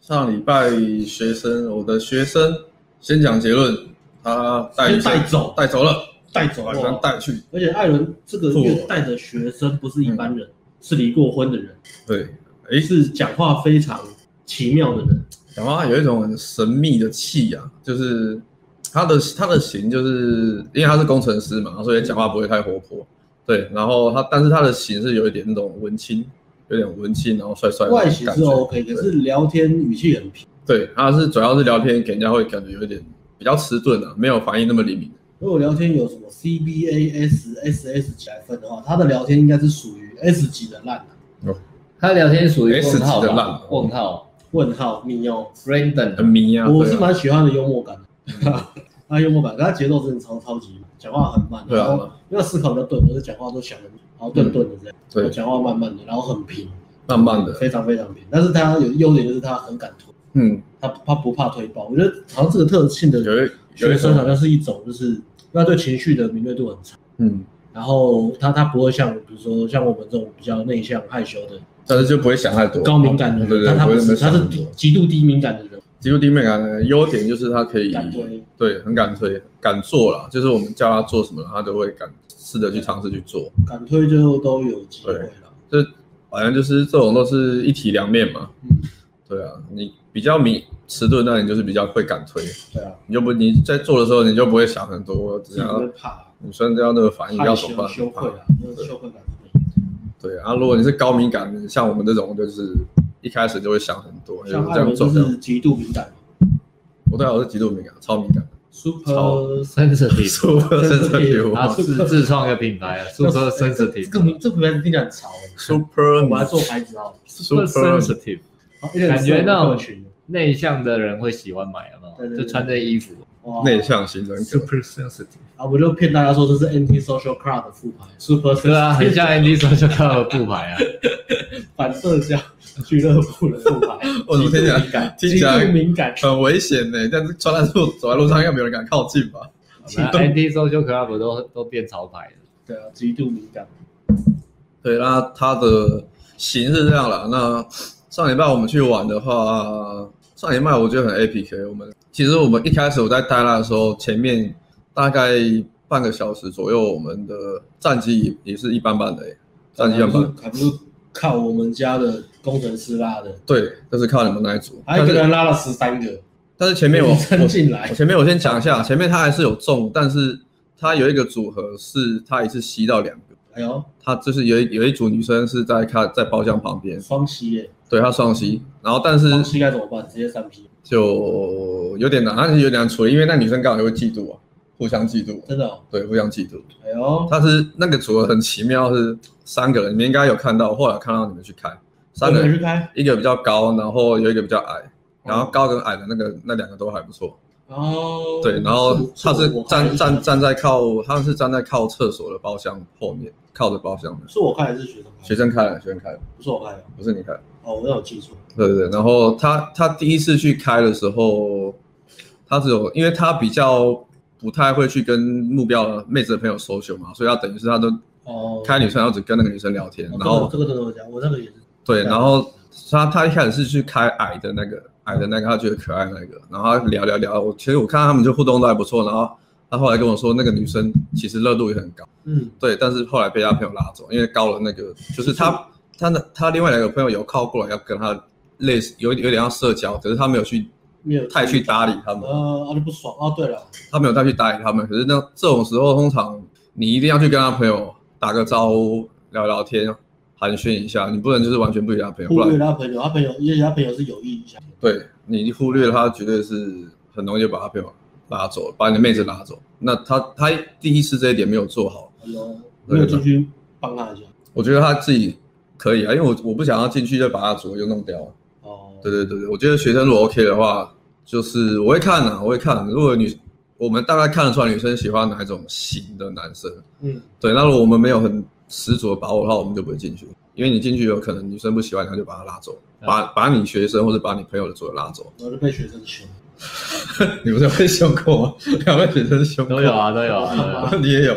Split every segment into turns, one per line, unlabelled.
上礼拜学生，我的学生先讲结论，他带
先带走
带走了，
带走
把
了
学生带去，
而且艾伦这个月带的学生不是一般人，是离过婚的人，
对，嗯诶，
是讲话非常奇妙的人。
讲话有一种很神秘的气啊，就是他的他的型，就是因为他是工程师嘛，所以讲话不会太活泼，对，然后他但是他的型是有一点那种文青，有点文青，然后帅帅的
外形
感
是
觉
OK，
对
可是聊天语气很平。
对，他是主要是聊天给人家会感觉有点比较迟钝啊，没有反应那么灵敏。
如果聊天有什么 CBA S S S 级来分的话，他的聊天应该是属于 S 级的烂、啊、
他聊天属于
S
问号
级的
吧
烂？
问号
问号密哦。
很
，Brandon
迷啊，
我
对
是
啊嗯
蛮喜欢的幽默感的， 他幽默感，可他节奏真的超超级慢，讲话很慢，
对啊嗯
然后因为思考比较钝，我是讲话都想的，然后顿顿的这样，
对
讲话慢慢的，然后很平，
慢慢的，
非常非常平。但是他有优点就是他很敢推，
嗯，
他他不怕推爆。我觉得好像这个特性的
有一有
学
一
生
种
啊好像是一种，就是因为他对情绪的敏锐度很差，
嗯，
然后他他不会像比如说像我们这种比较内向害羞的
但是就不会想太多，
高敏感的
对对，
人，但他
不
不
会
是，他
想
是
太
低
多。
极度低敏感的人，
极度低敏感的啊优点就是他可以
敢推
对很敢推，敢做啦，就是我们叫他做什么，他都会敢试着去尝试去做。
敢推就都有机会
对
了。
这反正就是这种都是一体两面嘛，
嗯，
对啊，你比较敏迟钝，那你就是比较会敢推，
对啊，
你就不你在做的时候你就不会想很多，我只
自己
要
会怕。
女生要那个反应
嗯害
要怎么
羞
办？
羞愧
啊
啊，就是羞愧感很重
对啊，如果你是高敏感的，像我们这种，就是一开始就会想很多，
要。
就是
像艾
这样
伦
做
就
这样。
是极度敏感
我对啊，我是极度敏感，超敏感的，
，super
sensitive，
super sensitive，
啊
他自自创一个品牌啊，Super
这个
sensitive，
名这个名字听起来很潮欸，
super
我们来做牌子好了。
Super sensitive，
好一点
感觉到
社会群
内向的人会喜欢买，有没
对
有？
对对
就穿这衣服
哇
内向型人格，，
，Super sensitive，
啊，我就骗大家说这是 anti social club 的副牌，super
对啊，很像 Andy 说就看我不牌啊，
反社交俱乐部的副牌
我怎么听起来
极度敏感，
听起来
极度敏感，
很危险呢、但是穿在路走在路上，应该没有人敢靠近吧？
极度
Andy Social Club 都都变潮牌了，
对啊，极度敏感，
对，那他的型是这样啦。那上礼拜我们去玩的话，上礼拜我觉得很 APK。我们其实我们一开始我在带他的时候，前面大概半个小时左右，我们的战绩也也是一般般的、欸，战绩一
还
般
啊不是
般。
还不是靠我们家的工程师拉的，
对，就是靠你们那一组。
啊他一
但
个
是
人拉了十三个，
但是前面我
撑进来
我前面我先讲一下，前面他还是有中，但是他有一个组合是他一次吸到两个。
哎呦，
他就是有一有一组女生是在他在包厢旁边，
双膝耶，
对他双膝，然后但是
双膝该怎么办？直接三 P，
就有点难，但是有点难处理，因为那女生刚好也会嫉妒啊，互相嫉妒，
真的、哦，
对，互相嫉妒。
哎呦，
但是那个组合很奇妙，是三个人，你们应该有看到，后来看到你们去开，三个
我们
人
去，开，
一个比较高，然后有一个比较矮，然后高跟矮的那个那两个都还不错，
然后
对，然后他是
我开
站站站在靠，他是站在靠厕所的包厢后面，靠着包厢的，
是我开还是学生开
学？生开的，学生开的，
不是我开的，
不是你开的。
哦，我有记错，
对对对，然后他他第一次去开的时候，他只有因为他比较不太会去跟目标的妹子的朋友 social 嘛，所以他等于是他都
哦，
开女生，然后只跟那个女生聊天，
哦，
然后
这个这个真的会这样，我那个也是，
对，然后他他一开始是去开矮的那个矮的那个，他觉得可爱那个，然后他聊聊聊，我其实我看他们就互动都还不错，然后他后来跟我说那个女生其实热度也很高，
嗯，
对，但是后来被他朋友拉走，因为高了那个，就是他他的他另外两个朋友有靠过来要跟他类似，有有点要社交，可是他没有去
没有
太去搭理他们，
呃，啊就不爽哦。对了，
他没有再去搭理他们。可是那这种时候，通常你一定要去跟他朋友打个招呼、聊聊天、寒暄一下，你不能就是完全不理他朋友，
忽
不
略
然
他朋友，他朋友，而且他朋友是有意一下，
对你忽略他，绝对是很容易就把他朋友拉走，把你的妹子拉走。那他他第一次这一点没有做好，
哎呦，没有进去帮他一下，
我觉得他自己可以啊，因为我我不想要进去就把他左右弄掉啊。
哦，
对对对，对，我觉得学生如果 OK 的话，就是我会看啊，我会看。如果女我们大概看得出来女生喜欢哪一种型的男生，
嗯，
对。那如果我们没有很十足的把握的话，我们就不会进去，因为你进去有可能女生不喜欢，她就把她拉走，把把你学生或者把你朋友的左右拉走。
然后就被学生凶，
你不是有被凶过吗？两位学生凶过
都有，啊，都有啊，都有啊。
你也有。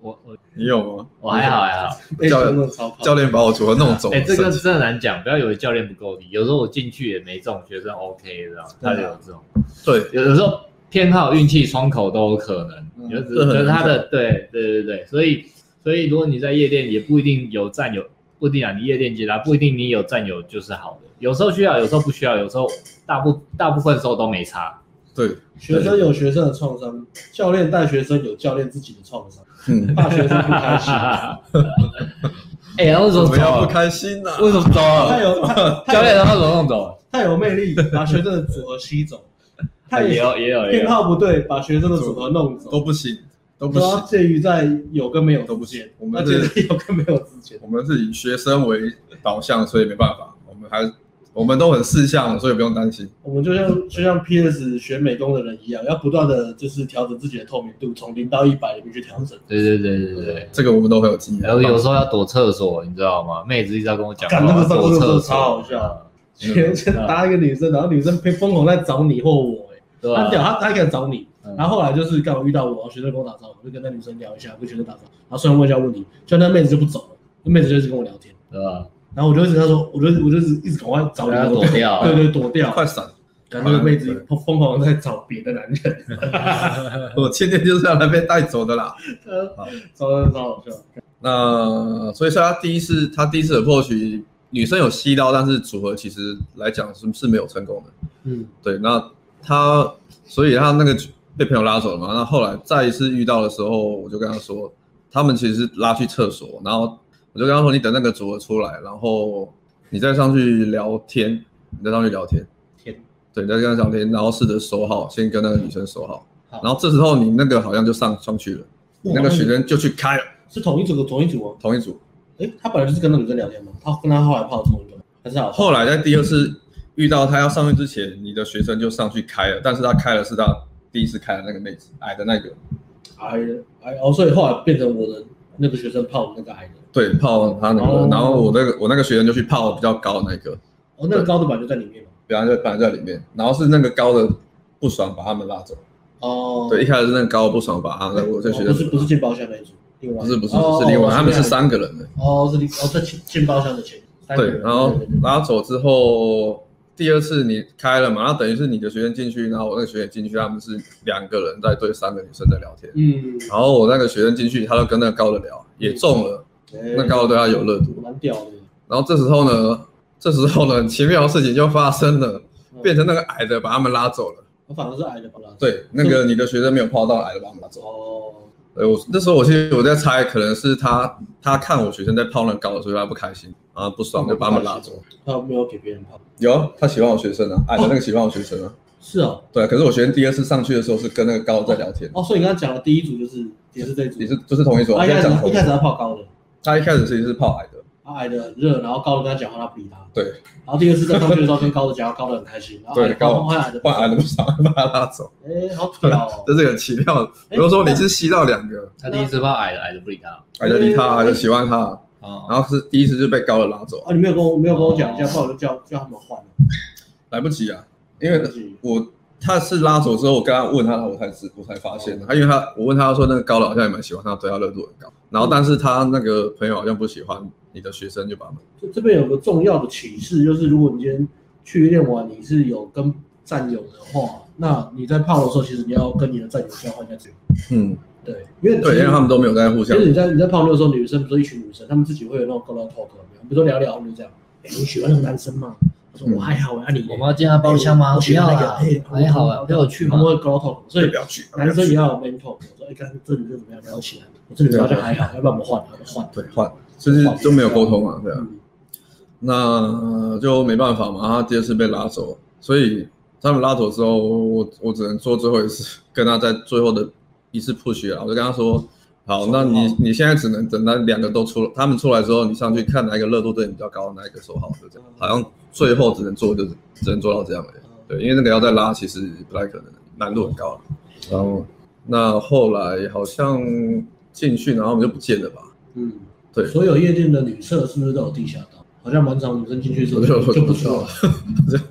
我我
你有吗？
我还好还好。
被
教
球
练
弄超跑。
教练把我除了弄走，
哎、这
我
个
生气
真的难讲，不要以为教练不够力，有时候我进去也没这种学生 OK 的啊，他就有这种，
对
有的时候偏好、运气、窗口都有可能，
嗯
有只
这很
就是他
难
的对对对对，所以所以如果你在夜店也不一定有占有，不一定啊，你夜店接搭不一定你有占有就是好的，有时候需要，有时候不需要，有时候大部大部分时候都没差，
对，
学生有学生的创伤，教练带学生有教练自己的创伤，
嗯，
怕学生不 开心。
哎、然后为什
怎
么
么样
走
不
了？
开心啊呢？
为什么走
太
了？
有太
教练然后怎么弄走了？
太有魅力，把学生的组合吸走。
哎
他
哎也
也
有也有也
偏
有，
好不对，把学生的组合弄走，
都不行，都不
都要
啊
行，
介于在有跟没有之间。
我们
那觉
是
得有跟没有之间。
我们是以学生为导向，所以没办法，我们还我们都很四项，所以不用担心。
我们就像就像 PS 学美工的人一样，要不断的就是调整自己的透明度，从零到一百里面去调整。
对对对对对对。
这个我们都很有经验。
然后有时候要躲厕所，你知道吗？妹子一直要跟我讲话，
干那个上
躲
次真
厕所
的超好笑，学生
嗯
搭一个女生，然后女生疯狂在找你或我、欸，
对吧、
他屌他他敢找你，
嗯
然后后来就是刚好遇到我，然后学生跟我打招呼，我就跟那女生聊一下，跟学生打招呼，然后虽然问一下问题，就那妹子就不走了，那妹子就一直跟我聊天，
对吧？
然后我就一直跟她说，我就我就一直赶快找
然
你
后躲掉
对对躲掉，啊
快闪！
然后那个妹子疯疯狂地在找别的男人，
我今天就是要来被带走的啦。
超超好笑，
那所以说他第一次他第一次的破局，女生有吸到，但是组合其实来讲是是没有成功的。
嗯，
对，那他所以他那个被朋友拉走了嘛。那后来再一次遇到的时候，我就跟他说，他们其实是拉去厕所，然后我就跟他说，你等那个组合出来，然后你再上去聊天，你再上去聊天，
天，
对，你再跟他聊天，然后试着收好，先跟那个女生收好
好。
然后这时候你那个好像就上上去了，你那个学生就去开了，
是同一组的同一组哦，
同一组。
诶，他本来就是跟那女生聊天嘛，他跟他后来泡同一个，还是好
后来在第二次遇到他要上去之前，你的学生就上去开了，但是他开的是他第一次开的那个妹子，矮的那个，
矮人矮哦，所以后来变成我的那个学生泡的那个矮人，
对，泡他那个，
哦
然后我那个我那个学生就去泡比较高的那个，
哦，那个高的版就在里面嘛，
本来就本来在里面，然后是那个高的不爽把他们拉走，
哦，
对，一开始是那个高的不爽把他们，我这学
哦不
生
是不是进包厢那一组，另外
不是不是
哦
是另外，
哦
他们是
另外
三个人的，
哦是另哦在进进包厢的前三个
对
人，
然后
对对对
拉走之后。第二次你开了嘛，然后等于是你的学生进去，然后我那个学生进去，他们是两个人在对三个女生在聊天。
嗯，
然后我那个学生进去，他就跟那个高的聊，也中了，那
哎
高的对他有热度。
蛮屌的，
然后这时候呢，这时候呢，很奇妙的事情就发生了，
嗯
变成那个矮的把他们拉走了。
我反而是矮的把他拉走
对，那个你的学生没有泡到，矮的把他们拉走。
哦，
呃，我那时候我其实我在猜，可能是他他看我学生在泡那个高的，所以他不开心啊，不爽就把他们拉走。
他没有给别人泡，
有啊，他喜欢我学生啊，矮的那个喜欢我学生啊。
是哦
对啊，可是我学生第二次上去的时候是跟那个高的在聊天，
哦，所以你刚刚讲的第一组就是也是这一组啊
也，是就是同一组。我
他一
现在
开始
讲同
一
一组
开始他泡高的，
他一开始其实是泡矮的，
他矮的很热，然后高的跟他讲话他不理他，
对，
然后第二次在上去的时候跟高的讲话，高的很开心，然后
对
矮的
高
泡换矮的
换矮的不爽把他拉走。
哎好屌哦，
这是很奇妙的。比如说你是吸到两个，
他第一次怕矮的，矮的不理他。
还在理他，还在喜欢他，
啊、
然后是第一次就被高的拉走，
啊你没有跟我没有跟我讲一下，不然我就叫叫他们换了，
来不及啊，因为
是
我他是拉走之后，我刚刚问他，我才知我才发现的。他因为他我问他说那个高的好像也蛮喜欢他，对他热度很高，然后但是他那个朋友好像不喜欢你的学生，就把他们
这这边有个重要的启示，就是如果你今天去夜店玩，你是有跟战友的话，那你在泡的时候，其实你要跟你的战友交换一下资源。
嗯，
对，因为其实
对，因为他们都没有在互
其
相
实你在你在泡妞的时候，女生不是一群女生，她们自己会有那种 girl talk，有没有比如说聊聊，我们就这样，哎、你喜欢那个男生吗？他说
嗯
我还好，啊你呢，
我们要进他包厢吗？
我
不
喜欢
要
那个，
啦
哎，
还好啊，陪我去
他
嘛
们。会 girl talk，所以
不要去，
男生也要有 man talk。我说哎，刚、这女生怎么样？聊起来，我这女生好像还好，要不然我们换，要不然换。
对换，就是都没有沟通嘛，对啊，
嗯，
那呃就没办法嘛，他第二次被拉走，所以他们拉走之后，我我我只能做最后一次，跟他在最后的一次 push 啊，我就跟他说，好，那你你现在只能等那两个都出，他们出来之后，你上去看哪一个热度对你比较高，哪一个手好，就这样，好像最后只能做就是只能做到这样而已，对，因为那个要再拉其实不太可能，难度很高了。然后那后来好像进去，然后我们就不见了吧？
嗯。
对，
所有夜店的女厕是不是都有地下道？好像蛮常女生进去之后
我就
就
不
不
知
出
道
来
了。，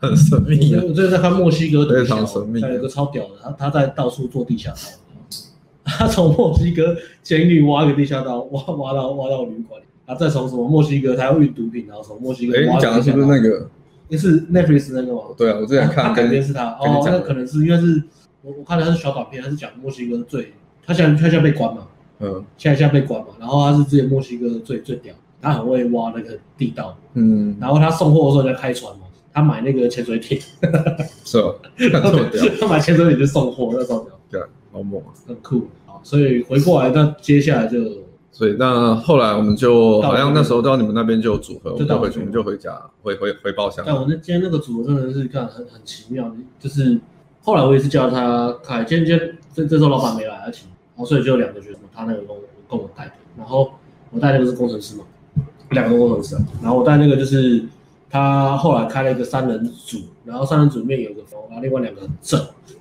很神秘
因
啊
为。我最近在看墨西哥
非
的
常神秘啊
有一个超屌的，他他在到处做地下道， 他从墨西哥监狱挖个地下道，挖挖到挖到旅馆里，然后再从什么墨西哥，他要运毒品，然后从墨西哥
哎，
挖
你讲的是不是那个？
那是 Netflix 那个吗？
对啊，我之前看
他
跟
改编是他
跟你
哦，
讲的
那可能是因为是我我看的他是小短片，他是讲墨西哥最，他现在他现在被关嘛，
嗯
现在现在被关嘛，然后他是之前墨西哥最最屌，他很会挖那个地道，
嗯，
然后他送货的时候人家开船嘛，他买那个潜水艇，
是 哦，看 这么屌，
他买潜水艇去送货，那时候屌
对啊，好猛啊！
很酷啊，所以回过来那接下来就
所以那后来我们就
到
好像那时候到你们那边就有组合，我
就
们
到
就
我
回
这
去，我
边
们就回家，回回回包厢。
但我那今天那个组合真的是干很很奇妙，就是后来我也是叫他开，今天今天这这时候老板没来，他请，然后所以就有两个学生，他那个跟我跟我带的，然后我带那个是工程师嘛，两个都工程师啊，然后我带那个就是他后来开了一个三人组，然后三人组里面有个肥，然后另外两个很正，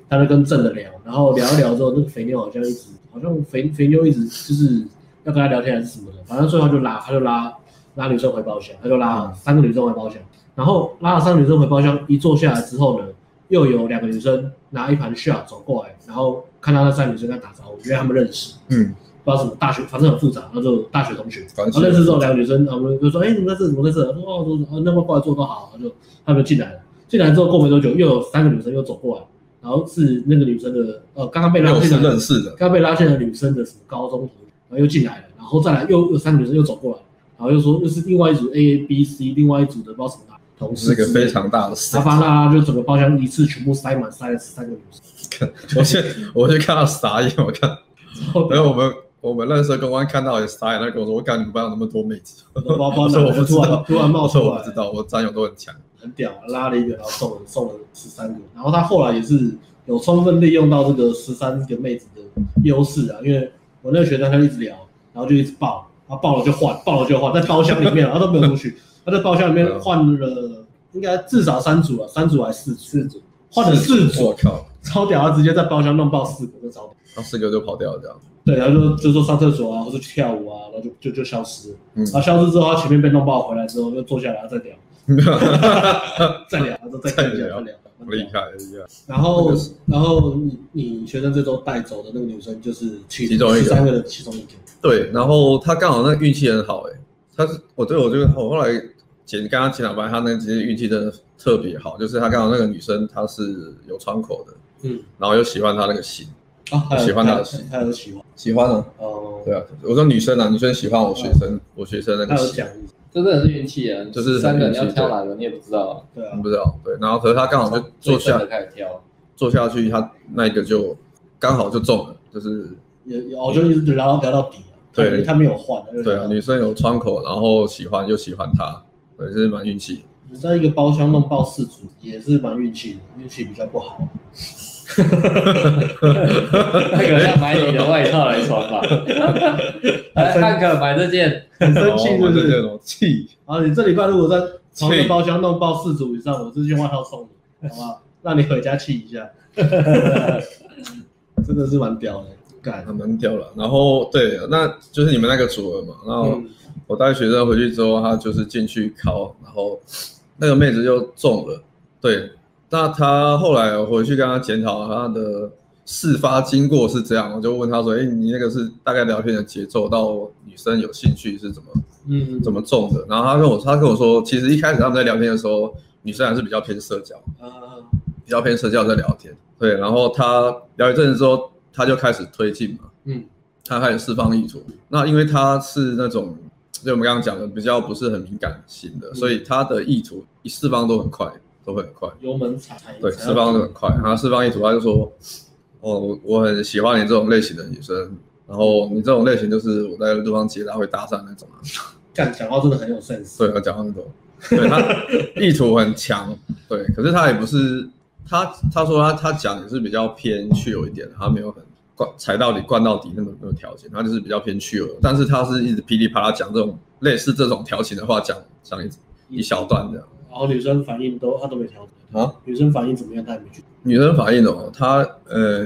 他就跟正的聊，然后聊一聊之后，那个肥妞好像一直好像肥肥妞一直就是要跟他聊天还是什么的，反正最后就拉他就拉拉女生回包厢，他就拉三个女生回包厢。然后拉了三个女生回包厢，一坐下来之后呢，又有两个女生拿一盘 shot 走过来，然后看到那三个女生在打招呼，因为他们认识，
嗯，
不知道什么大学，反正很复杂，然后就大学同学，
反
然后
正
认识之后，两个女生，啊，我们就说，哎、你们在这，怎么在这？她说，哦，说哦，那么过来坐都好，然后就他们就进来了。进来之后，过没多久，又有三个女生又走过来，然后是那个女生的，呃，刚刚被拉
又
进
是
来的
认识的，
刚被拉进来的女生的什么高中同学，然后又进来了，然后再来又有三个女生又走过来，然后又说又是另外一组 A A B C，另外一组的不知道什么同
是
事之
一
类的，
个非常大的
沙发啦，就整个包厢一次全部塞满塞了十三个女 生，
我去，我去看到傻眼，我看，
然后
然后我们我们认识的公安看到也傻眼，他跟我说，我感觉你们班有那么多妹子，
包包
我说我
男
不
的
知
突
道
然，突然冒
我
出
说我
来
不，知道，我战友都很强，
很屌，拉了一个，然后送了送了十三个，然后他后来也是有充分利用到这个十三个妹子的优势啊，因为我那个学生他就一直聊，然后就一直抱，然后抱了就换，抱了就换，在包厢里面，然后都没有出去，他在包厢里面换了应该至少三组啊，三组还是四组，四组换了四
我
组，
靠，
超屌，他直接在包厢弄爆四个，那超屌。
然后四个就跑掉了这样，
对，然后就就说上厕所啊，或者去跳舞啊，然后就就就消失了。
嗯
然后消失之后，他前面被弄爆回来之后，又坐下来然后 再聊，再聊，然后
再
再看一下，再
聊
聊，
厉害厉害，
然后
那个是，
然后你你学生这周带走的那个女生就是其
其中一个
十三个的其中一个，
对，然后他刚好那运气很好、欸，他是我对我就是我后来前刚刚前两班他那其实运气真的特别好，就是他刚好那个女生她是有窗口的，
嗯，
然后又喜欢他那个型，
啊，还有
喜欢她的
还有还有喜欢，
喜欢啊，
哦，
对啊，我说女生啊，女生喜欢我学生，我学生那
还
个
有
型，
讲义，
这真的是运气啊！
就是
三个你要
很运气
挑哪个，你也不知道啊。
对啊
我，不知道，对，然后可是他刚好就坐
最笨
下
哦
的开始挑，
坐下去，他那一个就刚好就中了，就是
也也哦我就一直聊聊到底啊，
对
因为他没有换，他就
对
聊
啊，
到
女生有窗口，然后喜欢又喜欢他，对，就是蛮运气。
你在一个包厢弄爆四组也是蛮运气的，运气比较不好，
那个要买你的外套来穿吧。来，汉克买这件，
很生气
哦
是
我
不？
就是这种气。
啊，你这礼拜如果在同一
气
个包厢弄爆四组以上，我这件外套送 你，好不好？让你回家气一下，真的是蛮屌的，干嗯
还，蛮屌了。然后对，那就是你们那个组合嘛。然后
嗯
我带学生回去之后，他就是进去考，然后那个妹子就中了。对，那他后来我回去跟他检讨他的事发经过是这样，我就问他说：“哎，你那个是大概聊天的节奏到女生有兴趣是怎么
嗯，
怎么中的？”然后他跟我他跟我说，其实一开始他们在聊天的时候，女生还是比较偏社交。
啊，
比较偏社交在聊天，对，然后他聊一阵子之后，他就开始推进嘛，
嗯，
他开始释放意图。那因为他是那种，就我们刚刚讲的比较不是很敏感型的，
嗯
所以他的意图一释放都很快，都会很快，
油门踩踩
对，
踩
释放
到
都很快。他释放意图，他就说，哦，我我很喜欢你这种类型的女生，然后你这种类型就是我在路上接她会搭讪那种啊，
干讲话真的很有 sense。
对，他讲到那种，对他意图很强，对，可是他也不是他他说他他讲也是比较偏去有一点，他没有很灌踩到底灌到底那么那么调情，他就是比较偏去有，但是他是一直噼里啪啦讲这种类似这种调情的话讲讲一一小段这样
然后女生反应都她都没调整，
啊。
女生反应怎么样她也没去，
女生反应哦，她呃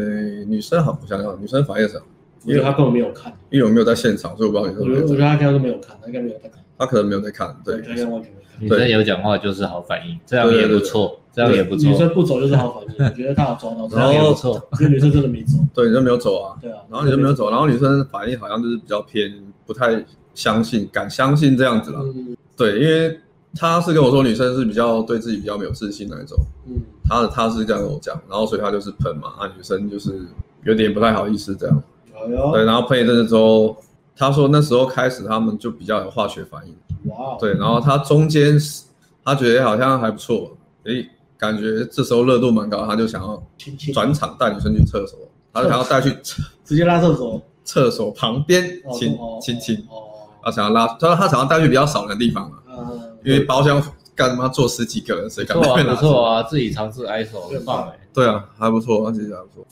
女生好不想要，女生反应什么？
我觉得他根本没有看，
因为我没有在现场，所以我不知道你
我
说
觉
没
得我
有
觉
在
得他刚刚都没有看，他应该没有在看，
他可能没有在看，对，
他应该完全没看。
女生有讲话就是好反应，这样也不错，这样也不
女
错，
生不走就是好反应，我觉得他有抓到，
这样也
然
不
后
错。
这女生真的没走，
对，你就没有走啊，
对啊，
然后你就没有走，然后女生反应好像就是比较偏不太相信，敢相信这样子啦，
嗯
对，因为他是跟我说女生是比较对自己比较没有自信那一种，
嗯，
他的他是这样跟我讲，然后所以他就是喷嘛，啊，女生就是有点不太好意思这样，
哎呦，
对，然后喷一阵子之后，他说那时候开始他们就比较有化学反应，
哇，，
对，然后他中间是他觉得好像还不错，诶，感觉这时候热度蛮高，他就想要
亲亲，
转场带女生去厕所，他就想要带去厕
直接拉厕所，
厕所旁边
哦
亲
哦
亲亲，
哦，
他想要拉，他说他想要带去比较少人的地方嘛，
嗯，
因为包厢干他妈坐十几个人，谁敢
不错
带
啊，
去
不
拉？
错啊，自己尝试 ISO，很棒哎。
对啊，还不错，他其实还不错。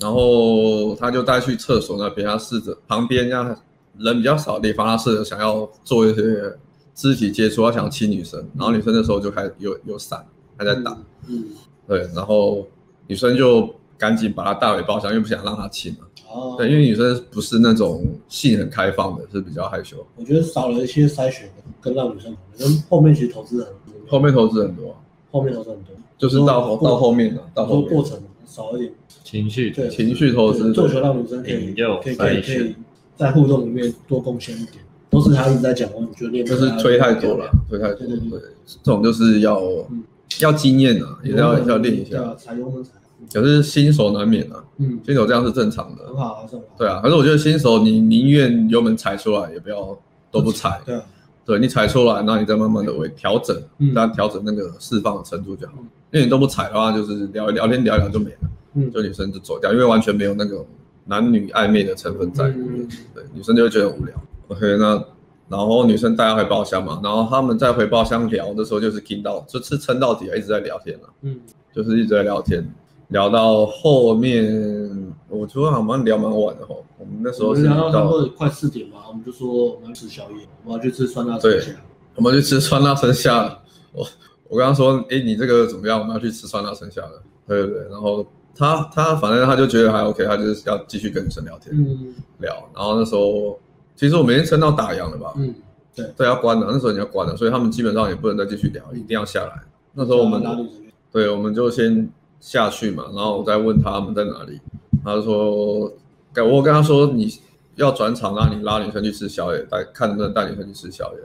然后他就带去厕所那边，他试着旁边让人比较少的地方，他试着想要做一些肢体接触，他想亲女生，然后女生那时候就开始有有闪，还在打，
嗯，
对，然后女生就赶紧把他大尾包厢，因为不想让他亲嘛，
哦，
对，因为女生不是那种性很开放的，是比较害羞，
我觉得少了一些筛选跟让女生，女生后面其实投资很多，
后面投资很多，
后面投资很多，
就是到后到后面了，到
我说
后
过
面哦
程少一点，
情绪，
对
情绪投资
对做球让女生可以
引诱
可以可以
筛选
可以在互动里面多贡献一点，都是他一直在讲，我觉得练
就是推太多了，，推太多，
对对
对，这种就是要
嗯
要经验啊，也要要练一
对
下
啊，。才油门踩，
可是新手难免啊，
嗯，
新手这样是正常的
很，好啊，是吧？
对啊。可是我觉得新手你宁愿油门踩出来，也不要都不踩。
对啊，
对你踩出来，那你再慢慢的为调整，
嗯
大家调整那个释放的程度就好
嗯。
因为你都不踩的话，就是聊聊天聊一聊就没了，
嗯，
就女生就走掉，因为完全没有那种男女暧昧的成分在里面
嗯。
对，女生就会觉得很无聊。OK，那然后女生带她回包厢嘛，然后他们在回包厢聊的时候，就是听到就是撑到底啊，一直在聊天啊，
嗯，
就是一直在聊天，聊到后面，我觉得好像聊蛮晚的吼。我们那时
我
候是
们聊到差不
到
多快四点吧，我们就说我们要吃宵夜，我要去吃酸辣
对
水饺。
我们去吃酸辣生虾了。我我刚刚说，哎，你这个怎么样？我们要去吃酸辣生虾了。对对对，然后他他反正他就觉得还 OK，他就是要继续跟女生聊天、
嗯
聊。然后那时候其实我们已经撑到打烊了吧？
嗯，
对，要关了，那时候你要关了，所以他们基本上也不能再继续聊，一定要下来。那时候我们，
拉女生去
对，我们就先下去嘛，然后我再问他们在哪里，他就说，跟我跟他说你要转场，啊那你拉女生去吃宵夜，带看能不能带女生去吃宵夜。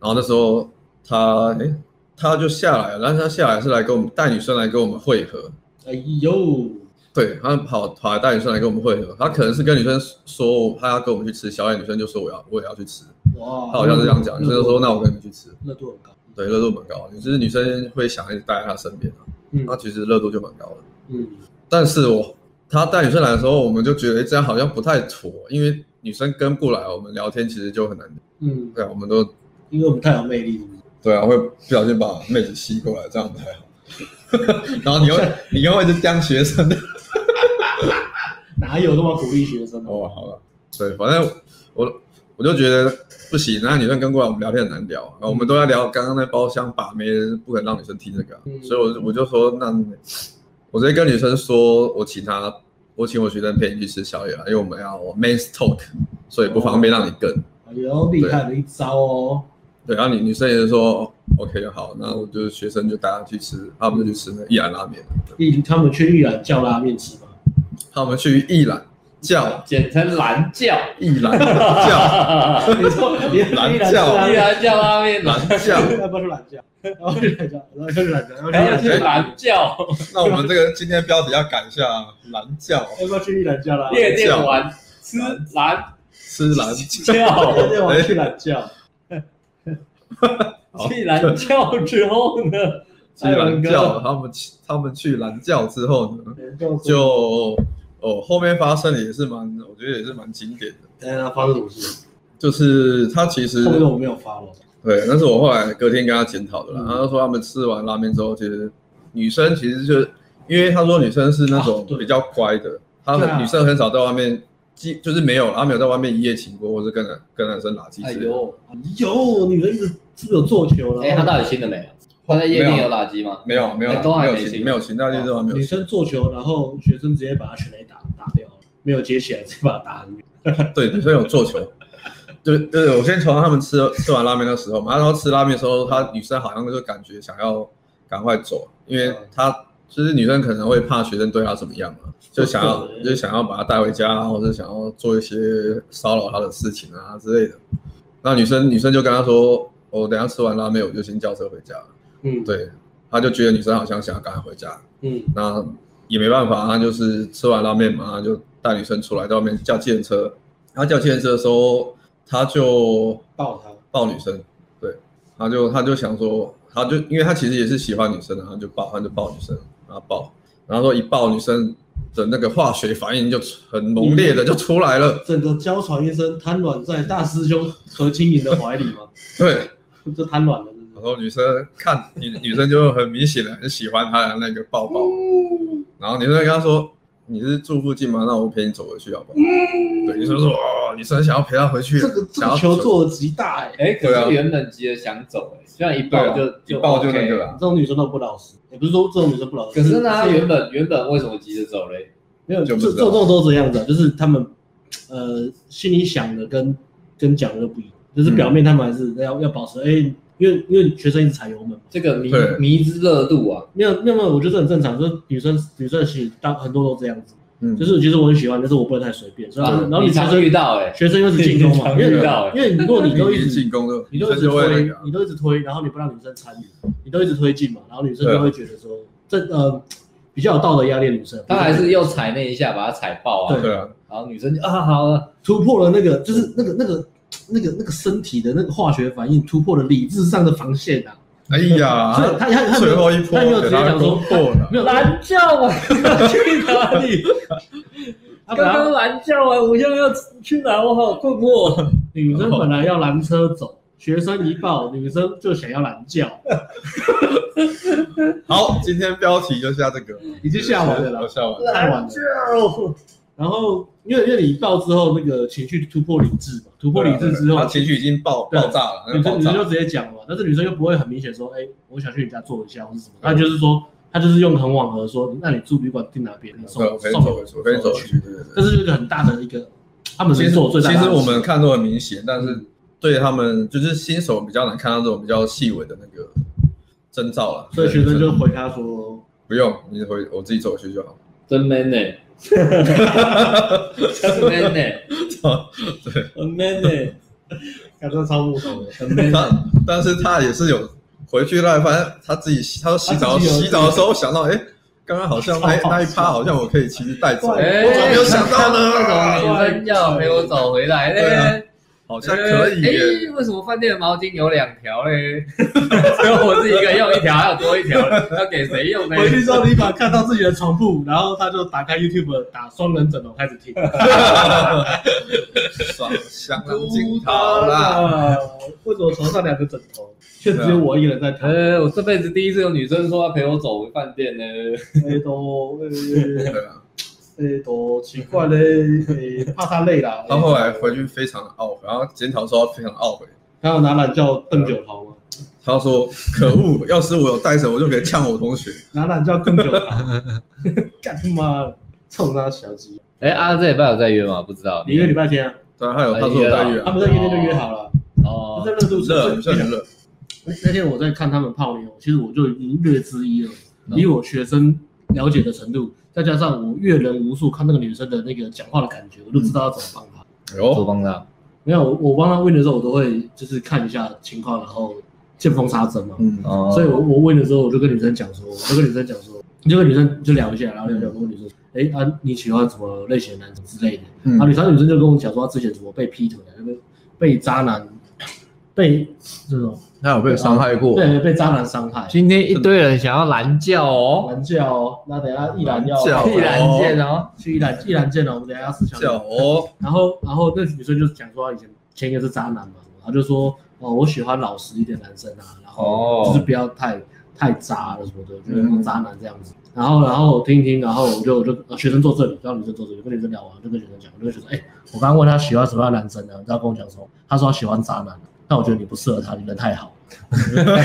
然后那时候他，诶，他就下来了，但是他下来是来跟我们带女生来跟我们会合，
哎呦，
对他跑跑来带女生来跟我们会合，他可能是跟女生说他要跟我们去吃宵夜，女生就说我要我也要去吃，
哇，
他好像是这样讲，女生就说那我跟你们去吃。
热度很高，
对，热度蛮高的，就是女生会想一直待在他身边啊，
嗯
那其实热度就蛮高的。
嗯
但是我他带女生来的时候，我们就觉得诶这样好像不太妥，因为女生跟不来，我们聊天其实就很难。
嗯，
对啊，我们都
因为我们太有魅力了，
对啊，会不小心把妹子吸过来，这样不太好。 然后你又你又会是当学生的
哪有那么鼓励学生啊呢？
哦，好了，对，反正我我就觉得不行，啊那女生跟过来，我们聊天很难聊啊，我们都在聊刚刚那包厢把妹，不肯让女生听这个啊、
嗯
所以我就我就说，那我直接跟女生说，我请她，我请我学生陪你去吃宵夜啊了，因为我们要 men's talk，所以不方便让你跟。
哎呦，厉害的一招哦，
对，然后女女生也是说哦 OK 好，那我就学生就带她去吃，他们就去吃那一兰拉面，
一他们去一兰叫拉面吃 嘛，
他们去一兰叫
简称蓝教，
一兰叫
你说你
懒
一
觉
兰吃拉
依
面，
哎
然叫拉面蓝，
兰叫， 哎
要不要去懒觉？然后去懒觉，然后去懒觉，然后去
哎
还有
懒
是
觉，
蓝教，
那我们这个今天标题要改一下，啊兰叫。
要不要去一兰叫 拉面？
夜店玩吃蓝
吃蓝哎
教，
夜店玩去懒觉，
去蓝教之后呢，
去蓝教，他们去他们去蓝教之后呢，
就
就哦后面发生的也是蛮，我觉得也是蛮经典的，
哎，他发生什么事？
就是他其实
后面我没有发了，
对，那是我后来隔天跟他检讨的啦，
嗯
他就说他们吃完拉面之后，其实女生其实就是因为他说女生是那种
啊对
比较乖的，她
对啊
很女生很少在外面。基就是没有，她没有在外面一夜情过，或是跟男跟男生打鸡
哎
之类的，
呦，
有女人一直是不是有做球了？
哎，他到底亲了没有？他在夜店有打击吗？
没有没有
哎都还
没有
没哦
情
亲
没有情，那就是没有
女
情。
生做球，然后学生直接把他全垒打打掉了。没有接起来，直接把它打很远。
对，所以有做球。就就是我先从他们吃吃完拉面的时候嘛，然后吃拉面的时候，她女生好像就感觉想要赶快走，因
哦
为她就是女生可能会怕学生对她怎么样嘛，就想要
对
就想要把她带回家，啊或者想要做一些骚扰她的事情啊之类的。那女生女生就跟她说：“我等一下吃完拉面我就先叫车回家了。”
嗯，，
对，她就觉得女生好像想要赶快回家，
嗯，
那也没办法，他啊就是吃完拉面嘛，他就带女生出来，在外面叫计程车。他叫计程车的时候，他就
抱他，
抱女生，对，他就他就想说，他就因为他其实也是喜欢女生的，他就抱，他就抱女生，然后抱，然后说一抱女生的那个化学反应就很猛烈的就出来了，
整个娇喘一声，瘫软在大师兄何清颖的怀里嘛，
对。
就瘫软了，真的
嗯
然后女生看女女生就很明显的很喜欢他的那个抱抱，然后女生跟他说：“你是住附近吗？那我陪你走回去好不好？”对，女生说：“哦，女生想要陪他回去，
这个这
想
个
要
球做的极大哎、
哎，
对啊
可是原本急着想走，哎，虽然一
对
抱
啊
就
一抱就那个
OK
了。
这种女生都不老实，也不是说这种女生不老实，
可是呢，他
是
原本原本为什么急着走嘞？
没有，
就不
这这
知道
这种都这样子啊，就是他们呃心里想的跟跟讲的都不一样，就是表面他们还是要、要保持哎、因为因为学生一直踩油门嘛，
这个迷
对
迷之热度啊，
没有没有没有，我觉得这很正常，就是女生女生其实当很多都这样子，
嗯，
就是其实我很喜欢，但是我不能太随便，所以、
啊
然后
你
你学
常遇
生
到哎，
学生又是进攻嘛，因为
你常遇
你
到哎，
因为如果你都一
一
直
进攻的，
你都一
女
直
生就会那
推
个啊，
你都一直推，然后你不让女生参与，你都一直推进嘛，然后女生就会觉得说，这呃比较有道德压力的女生，
他还是又踩那一下，把他踩爆啊，
对啊，
然后女生就啊好了，
突破了那个就是那个那个那个那个身体的那个化学反应，突破了理智上的防线啊！
哎
所以
呀，
他他他没
最
有
后一波
他没有直
给
接
他
讲说
攻破 了，
没有，
蓝教啊，去哪里？
他本来
蓝教完，啊我现在要去哪？我好困惑。啊
女生本来要拦车走，学生一抱，女生就想要拦轿，
好，今天标题就下这个，
已经下完了啦
我，下完了，
太晚了。然后因为因为你一抱之后，那个情绪突破理智嘛，突破理智之后，
他啊情绪已经爆
对啊
爆炸了，那
女
个爆
生女生
炸
就直接讲了嘛，但是女生又不会很明显说，哎、我想去你家坐一下或是什么，她就是说，她就是用很缓和说，那你住旅馆订哪边，你送
对，我可以
送
走回去，我可以走
送
回去，对对对。
这是一个很大的一个，他们
其
是
实
做最大
其
的嗯
实我
案子
们看都很明显，但是对他们就是新手比较难看到这种比较细微的那个征兆了。
所以学生就回他说，
不用，你回我自己走回去就好。
真 man 欸呢、 真 man 呢、
对，
很 man
嗯
呢、
感觉超木 头的，
很 man 呢、
他但是他也是有回去那，反正他自己洗他说洗澡
他自己有
洗澡的时候想到，哎，刚刚好像那
超好笑
那一趴好像我可以其实带走，我
怪哎
怎么没有想到
为什么
呢？
哎女 生要陪我走回来
对啊
嘞？
好像可以耶，
哎，为什么饭店的毛巾有两条嘞？ 只有我自己一个用一条，还有多一条，要给谁用呢？
回去之后旅馆看到自己的床铺，然后他就打开 YouTube 打双人枕头开 始听，
爽香囊金桃啦，
为什么床上两个枕头，却只有我一个人在躺？
啊
呃，我这辈子第一次有女生说要陪我走回饭店呢。
哎都哎
对啊。
哎都奇怪嘞，哎怕他累 哎了，
他后来回去非常的懊悔，然后检讨说他非常懊悔。
他有拿懒觉瞪九头 吗？
他说：“可恶，要是我有带着，我就可以呛我同学。
拿懒觉瞪九 头，干他妈冲他小鸡！
哎，啊，这礼拜有在约吗？不知道。
你一个礼拜天啊，”
对，他有他说有待遇
他
啊，
们在夜店就约好了，
哦
就，在热度
热，是很热，
那啊那天我在看他们泡妞，其实我就已经略知一二。
嗯
以我学生了解的程度，再加上我阅人无数，看那个女生的那个讲话的感觉，我就知道要怎么帮她。
哎
我
呦，
帮他。
没有，我我帮她问的时候，我都会就是看一下情况，然后见缝插针嘛。
嗯，
哦，
所以我我问的时候，我就跟女生讲说，我就跟女生讲说，就跟女生就聊一下，然后聊一聊，我问女生，哎、啊，你喜欢什么类型的男生之类的？
嗯
然后女生女生就跟我讲说，她之前怎么被劈腿的，被被渣男，被这种
他有被伤害过，
对被渣男伤害。
今天一堆人想要蓝教哦，
玩教哦，那等一下一兰要
蓝教
必然见哦。
去一兰一兰见了，我们等一下要吃小
叫
饺。
哦，
然后然后那女生就讲说，她以前前一个是渣男嘛，然后就说哦，我喜欢老实一点男生啊，然后
哦
就是不要太太渣了什么的，就是渣男这样子。然后然后我听一听，然后我就我就、呃学生坐这里，让女生坐这里，跟女生聊完，就跟学生讲，我就跟学生哎，啊我刚刚问他喜欢什么样的男生呢？你知道跟我讲什么？他说他喜欢渣男。那我觉得你不适合他，你人太好了。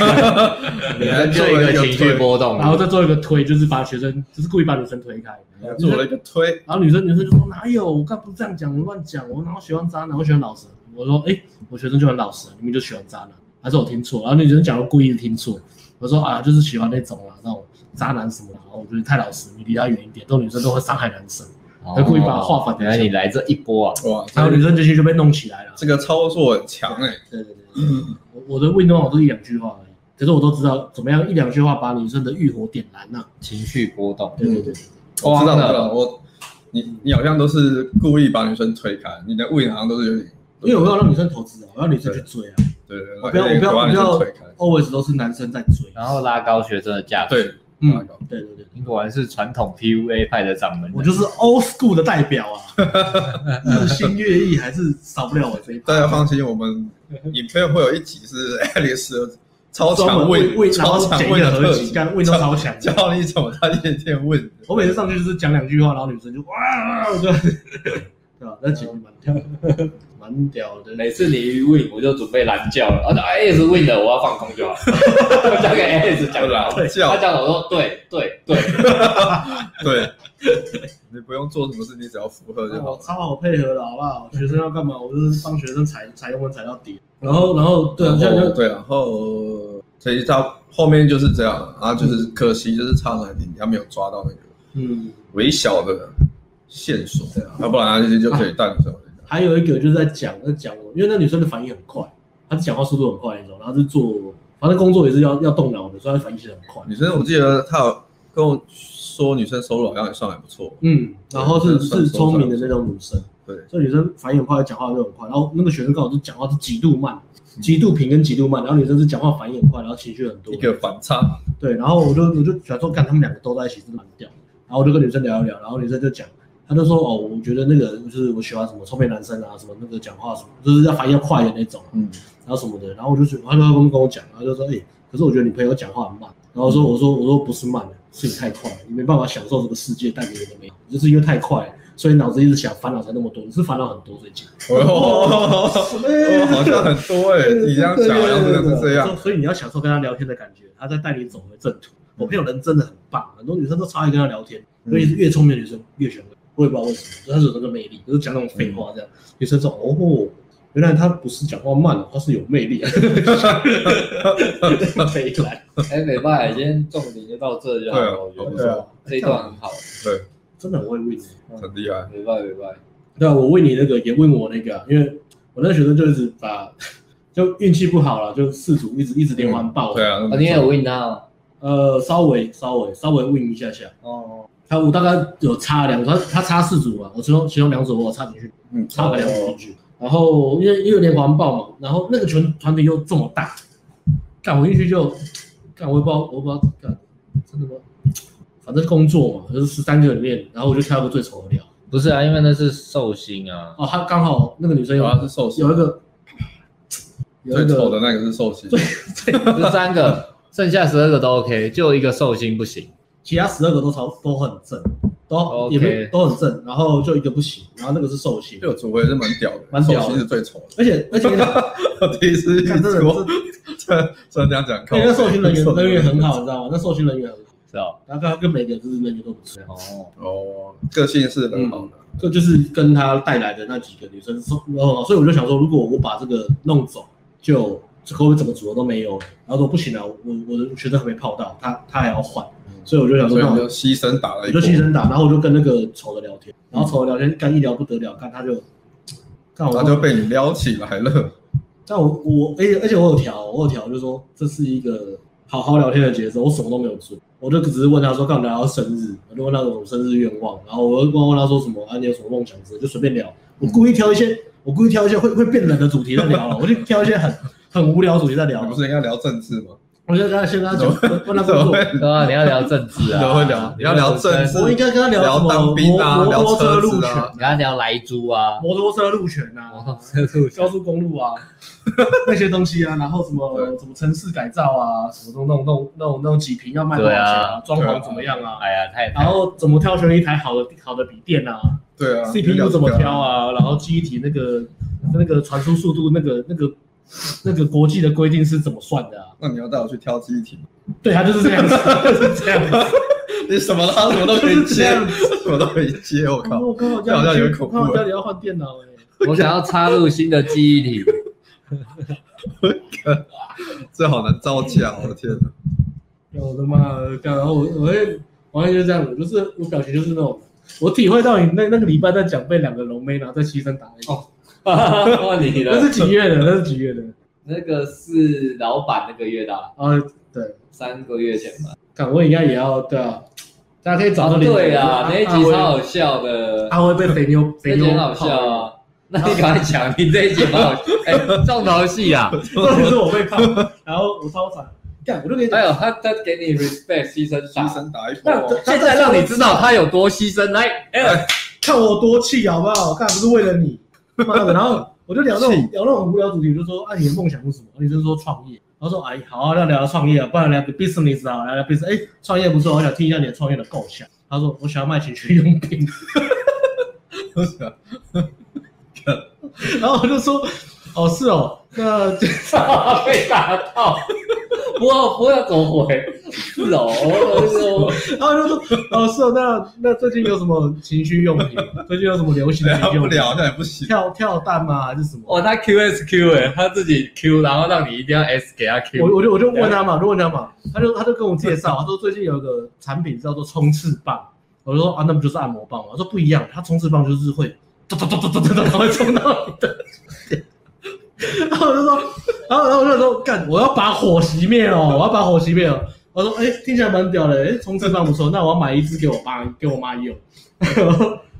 你还
你
做
就
了
一
一
个
个
情绪
推，
波
哦
动，
然后再做一个推，就是把学生就是故意把女生推开，
你还做了一个推，
然后女生女生就说哪有，我干不是这样讲，我乱讲，我哪有喜欢渣男，我喜欢老实。我说哎、我学生就很老实，你们就喜欢渣男，还是我听错？然后女生讲我故意听错，我说啊就是喜欢那种啊那种渣男什么的，然后我觉得太老实，你离他远一点，这种女生都会伤害男生。
哦
还故意把话反着
原来你来这一波啊，
哇，
然后
这
女
个
生这些就被弄起来了。
这个操作很强
欸
哎，
对对对，我我的运动好都是一两句话而已，可是我都知道怎么样一两句话把女生的欲火点燃呐、
情绪波动，
对对对，
嗯
我知
慌
道，我
了
知道，我你你好像都是故意把女生推开，你的 win 好像都是有点，
因为我要让女生投资啊，我要女生去追啊，
对对，
我不要
有点
我不要
把
我
女
不
生
要
推开，
always 都是男生在追。
然后拉高学生的价值。
对，
嗯
拉高
对对对，
你果然是传统 PUA 派的掌门人，
我就是 old school 的代表啊，日新月异还是少不了我这一
大家
趴。
放心，我们影片会有一集是 Alice 超
专
强
门为为然
超
后
强
剪一
问的
个合
特
集，
辑，
干味道超强的。
教你怎么在夜店问。
我每次上去就是讲两句话，然后女生就哇哇，哇我就对吧？那其实蛮屌的，蛮屌的。
每次你一 win 我就准备蓝叫了，啊那 AS win 了，我要放空就好，我 交给 AS 讲就好。
对
他讲了，我说对对 对，
对，你不用做什么事，你只要附和就好
我
了。
哦超好配合的，好不好？学生要干嘛，我就是帮学生踩踩油门踩到底。然后，然后对啊，
然
像
后
像
对，然后所以到后面就是这样，然后就是可惜就是差那一点，他没有抓到那个
嗯，
微小的线索
对啊，
要不然他就就可以带你上。
还有一个就是在讲在讲我，因为那女生的反应很快，她讲话速度很快那种，然后就做，反正工作也是要要动脑的，所以她反应是很快。
女生我记得她有跟我说，女生收入好像也算还不错。
嗯，然后是
对算
是聪明的那种女生，
对，
这女生反应很快，讲话就很快。然后那个学生刚好是讲话是极度慢，极度平跟极度慢，然后女生是讲话反应很快，然后情绪很多
嗯一，个反差，
对，然后我就我就想说，看他们两个都在一起真的蛮屌的。然后我就跟女生聊一聊，然后女生就讲，她就说哦，我觉得那个就是我喜欢什么聪明男生啊，什么那个讲话什么，就是要反应要快的那种，啊
嗯，
然后什么的。然后我就觉得，她就跟跟我讲，然后就说，哎、可是我觉得你朋友讲话很慢。然后说，
嗯
我说我说不是慢了，是你太快了，你没办法享受这个世界带给你的美好，就是因为太快了，所以脑子一直想烦恼才那么多，你是烦恼很多 最近。
哦，
哎
好像很多哎，你这样讲好像真的是这
所以
样。
所以你要享受跟他聊天的感觉，他在带你走回正途。我朋友人真的很棒，很多女生都超爱跟他聊天，
嗯
尤其是越聪明的女生越喜欢跟他。我也不知道为什么，就是她有这个魅力，就是讲那种废话这样。
嗯
女生说：“哦，原来她不是讲话慢了，她是有魅力。”啊。 没来，
哎，没办法，今天重点就到这就好了，我觉
对
得
啊
这一段很好，
对，
真的很会问你。
很厉害。
没办法没办法，
对啊，我问你那个，也问我那个啊，因为我那个学生就一直把，就运气不好了，就四组一直一直连环爆。
对啊，
哦你也有 win 他哦
呃，稍微稍微稍微问一下下，
哦，
他我大概有差两组，他他差四组啊嘛，我其中其中两组我有插进去，
嗯，
插了两组进去，然后因为因为连环爆嘛，然后那个全团体又这么大，干我进去就干我也不知道我也不知道干真的吗？反正工作嘛，就是十三个里面，然后我就挑一个最丑的聊，
不是啊，因为那是寿星啊，
哦，他刚好那个女生有、
然后是寿司，
有一个有
最
一
丑
个
的那个是寿司，
十三 个，剩下十二个都 OK，就一个寿星不行，
其他十二个都超都很正，都
哦
也没
OK
都很正，然后就一个不行，然后那个是寿星，
六组我也是蛮屌的，
蛮屌的
寿司是最丑的。
而且 而且那
我第一次遇
看真的
过，这这样讲，
哎那个寿星人员人员很好，你知道吗？那寿星人员很好，
是哦，
然后他跟每个就是人员都不错，
哦，
哦，个性是很好的，
这就是跟他带来的那几个女生是很好，所以我就想说，如果我把这个弄走，就可会整个组合都没有了。然后说不行啊，我我的学生还没泡到，他他还要换，所以我就想说，
所以
那
你
我
就牺牲打了
我
一
就
波。
牺牲打，然后我就跟那个丑的聊天，然后丑的聊天干一聊不得了，干他就干我
他就被你撩起来了。
但我我而且而且我有调，我有调，就是说这是一个好好聊天的节奏，我什么都没有做，我就只是问他说干嘛聊到生日，我就问他我生日愿望，然后我又问问他说什么啊你有什么梦想之类，就随便聊，我故意挑一些我故意挑一些会会变冷的主题在聊了，我就挑一些很很无聊的主题在聊
你，不是应该聊政治吗？
我就跟他先跟他讲问他
怎
工
么
作
会。
对啊，你要聊政治啊，
都会聊你要聊政治
我应该跟他聊什么
聊当兵啊
摩
聊
摩托车
车
路
子
权
啊、
你要聊莱猪 啊，
摩托车路权
哦
摩
啊
托、车路权
高速公路啊那些东西啊，然后什么
对
什么城市改造啊，什么弄弄弄弄弄几平要卖多少钱啊，装潢怎么样啊，
哎呀，太
然后怎么挑选一台好的好的笔电啊
对啊
，CPU 怎么挑？啊，然后记忆体那个那个传输速度那个那个那个国际的规定是怎么算的啊？
那你要带我去挑机体吗？
对他就是这样子，就是这样子。
你什么 啦？什么都可以接，什么都可以接。我靠！
我刚好
这好像有点恐怖啊
刚好家里要换电脑哎。
我想要插入新的记忆 体，
这好难招架，我的天哪！
我的妈的！干然后我我会，我会就是这样子，就是我表情就是那种，我体会到你那那个礼拜在讲被两个龙妹然后在牺牲打一哦，
换你
啊
那
了
是。几月的？那是几月的？
那个是老板那个月的啊，
啊，对，
三个月前吧。
看我应该也要对啊，大家可以找到
哦，
你。
对啊，那一集超
阿
好
辉
笑的，
阿辉被肥 妞
那
肥
集
妞
很好
泡
笑啊。 那你赶快讲，你这一集蛮好笑， 哎，重头戏 啊！
重点是我被 泡，然后我超惨，哎干我就跟你讲，
还有哎他他给你 respect 牺牲
医
打，
生打一波
那
哦，
这
现在让你知道他有多牺牲。来，哎，
看我多气好不好？干不是为了你，妈的！然后我就聊那种
气
聊那种无聊主题，我就说啊，你的梦想是什么？女生说创业，然后说哎，好、啊，那聊聊创业啊，不然聊 business 啊，聊聊 business。哎，创业不错，我想听一下你的创业的构想。他说我想要卖情趣用品，然后我就说哦，是哦，那 就
被打到，不要不要走回，是哦， 我
然后就说哦，是哦，那那最近有什么情趣用品？最近有什么流行的情
聊
趣用
不
品？
了，那也不行。
跳跳蛋吗？还是什么？
哦，他 QSQ 哎，他自己 Q，然后让你一定要 S 给他
我
Q，
我就我就问他嘛，我就问他嘛，他就他就跟我介绍，他说最近有一个产品叫做冲刺棒，我就说啊，那不就是按摩棒吗？他说不一样，它冲刺棒就是会咚咚咚咚咚咚咚，它会冲到你的。然后我就说，然后然后我就说，干，我要把火熄灭哦，我要把火熄灭哦。我说，哎、听起来蛮屌的，哎、冲刺棒不错，那我要买一支给我爸给我妈用。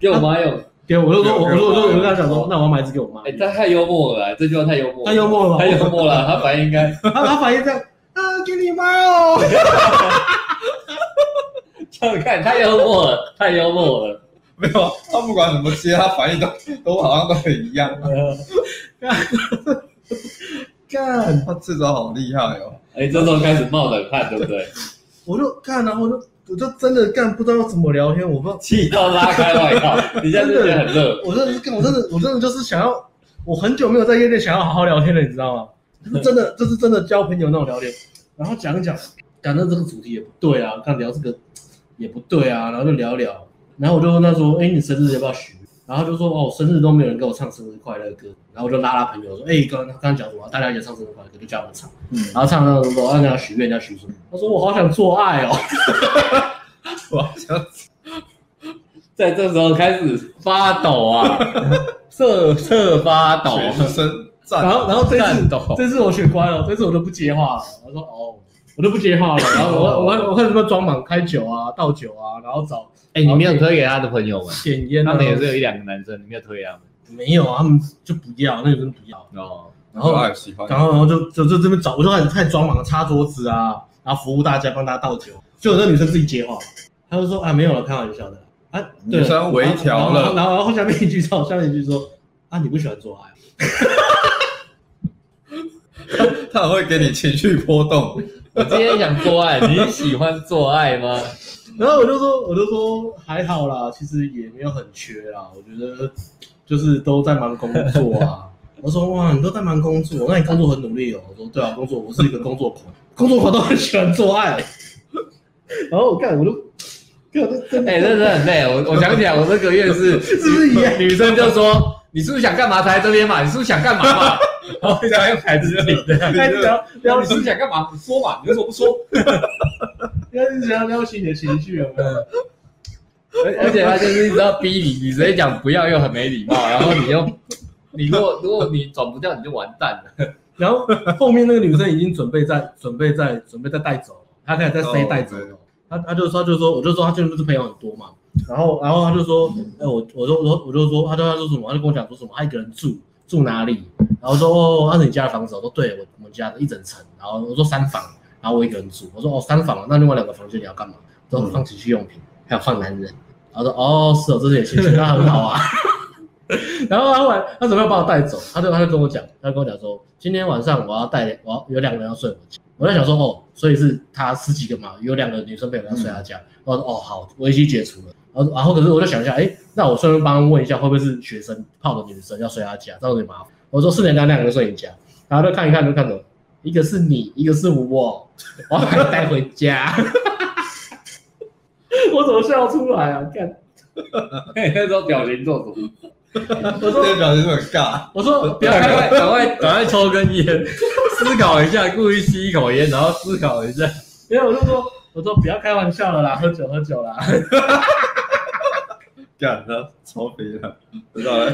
给我妈用。
给我，我就说，我我说我就我就跟他讲说，那我要买一支给我妈
哎，
用。
他太幽默了，啊这句话太幽默，
太幽默了吧
太幽默了，他反应应 该
他他反应这样，啊，给你妈哦。
这样看，太幽默了，太幽默了。
没有，他不管怎么接，他反应都 都好像都很一样。
嗯干，
他这招好厉害哦！
哎，这时候开始冒冷汗，对不对？
我就干，然后我就我就真的干，不知道怎么聊天，我不知道，
气到拉开外套，你现在就觉得很热。
我真的是干，我真的我真的就是想要，我很久没有在夜店想要好好聊天了，你知道吗？就是真的，就是真的交朋友那种聊天，然后讲一讲，讲到这个主题也不对啊，刚聊这个也不对啊，然后就聊一聊，然后我就问他说，哎，你生日要不要许愿？然后他就说哦，生日都没有人跟我唱生日快乐歌，然后我就拉拉朋友说，哎，刚刚刚讲什么？大家一起唱生日快乐歌，就叫我们唱，
嗯，
然后唱唱唱说，啊，你要许愿，你要许什么？他说我好想做爱哦。
我好像
在这时候开始发抖啊， 瑟瑟发抖，
全身战
哦然后，然后这次
颤抖。
这次我学乖了，这次我都不接话了。我说哦，我都不 接话了。然后我我我看什么装满开酒啊、倒酒啊，然后找
哎，你没有推给他的朋友们，
点烟啊。
他们也是有一两个男生，你没有推他们
没有啊，他们就不要，那个真的不要。
哦。
然后，
爱喜欢，
然后，然后就就就这边找，我就开始开始装满擦桌子啊，然后服务大家，帮大家倒酒。就有那女生自己接话，她就说啊没有了，开玩笑的。啊，对
女生微调了
然后然后然后下面一句说，下面一句说啊你不喜欢做爱啊。
他很会给你情绪波动。
我今天想做爱，你喜欢做爱吗？
然后我就说，我就说还好啦，其实也没有很缺啦，我觉得就是都在忙工作啊。 我说哇，你都在忙工作，那你工作很努力哦。我说对啊，工作我是一个工作狂， 工作狂都很喜欢做爱。然后我干，我就，干我这
哎、这真的很累。我我想起来，我这个月 是
是不 是一样？
女生就说：“你是不是想干嘛才来这边嘛？你是不是想干嘛嘛？”然后想要孩子就领的。
开始聊
然
聊
后你是不是想干嘛？你说嘛，你为什么不说？
聊聊撩起你的情绪有啊没有？
而而且他就是一直要逼你，你直接讲不要又很没礼貌，然后你又，你如果如果你转不掉，你就完蛋了。
然后后面那个女生已经准备在 准备在准备在带走了，她开始在塞
哦
带走了
对。
她她就说她就说，我就说她最近不是朋友很多嘛，然后然后她就说，哎、我我就我就我就说，她就她说什么，她就跟我讲说什么，她一个人住住哪里，然后说哦，那是你家的房子，我说对，我我们家的一整层，然后我说三房，然后我一个人住，我说哦三房，那另外两个房间你要干嘛？说放情趣用品，还有放男人。然后说哦是哦，这是也情趣，那很好啊。 然后他晚他准备要把我带走，他就他就跟我讲，他就跟我讲说，今天晚上我要带我要有两个人要睡我家。我在想说哦，所以是他十几个嘛，有两个女生朋友要睡他家。我说哦好，危机解除了。然后然后可是我就想一下，哎，那我顺便帮他问一下，会不会是学生泡的女生要睡他家，这样有点麻烦。我说是人家两个人睡你家，
然后就看一看，就看什么，一个是你，一个是我，我要把你带回 家。我怎么笑出来啊？看，那时候表情做什么？
我这个表情很尬。
我说
不要赶快
赶快
赶快抽根烟，思考一下，故意吸一口烟，然后思考一下。
没有，我就说，我说不要开玩笑了 啦，喝酒喝酒啦，
干他超肥了，知道 了。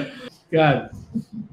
看，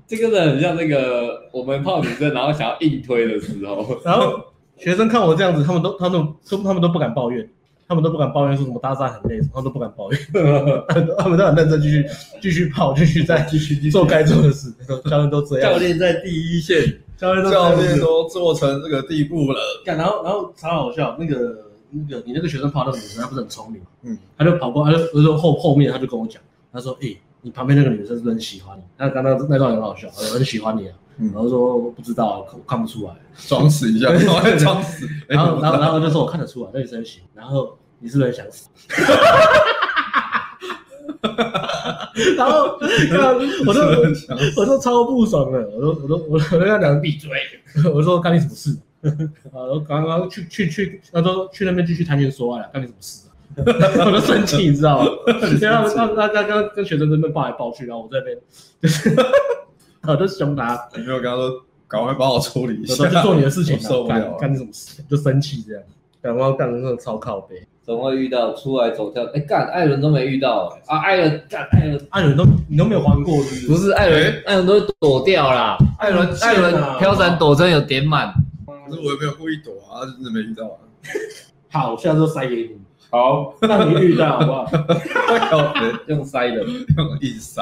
这个人很像那个我们泡女生，然后想要硬推的时候，
然后学生看我这样子，他们都他们都他们都不敢抱怨，他们都不敢抱怨说什么搭讪很累，什么他们都不敢抱怨， 他们都很认真继续继续泡，继续在继续做该做的事。教练都这样，
练在第一线，
教练都这
教
样
练
子。
都做成这个地步了，
干然后然后超好笑，那个那个你那个学生泡那个女生，她不是很聪明吗，
嗯，
她就跑过，她就我就后后面她就跟我讲，她说，诶、你旁边那个女生是不是很喜欢你？她刚刚那段很好笑，我很喜欢你啊。
嗯
然后说我不知道，啊我看不出来。
装死一下，我要装死。哎
然后，然后，然后就说我看得出来，那女生行。然后你是不是很想死？ 然后，然后我就我就超不爽了，我都我都我都跟他讲闭嘴，我说干你什么事？ 啊，我刚刚去去去，他说去那边继续谈情说爱了，干你什么事、啊？ 我都生气，你知道吗？然后他他他跟跟学生这边抱来抱去，然后我这边就是， 我就凶他，
你没有跟他说，赶快帮我处理一
我
下
说去。做你的事情
我受
啊，
不了
干
了
干你什么事？就生气这样，然后干的那种超靠背。
总会遇到出来走跳，哎干，艾伦都没遇到、哎啊，艾伦干艾伦
啊，你都你都没有还过是不
不
是？
是艾伦，艾伦都会躲掉啦，艾伦啊艾伦
啊
飘闪躲针有点满，
可是我也没有故意躲啊，就是没遇到啊。
好，下次就塞给你，
好
让你遇到好不好？
靠北
用塞的，
用硬塞，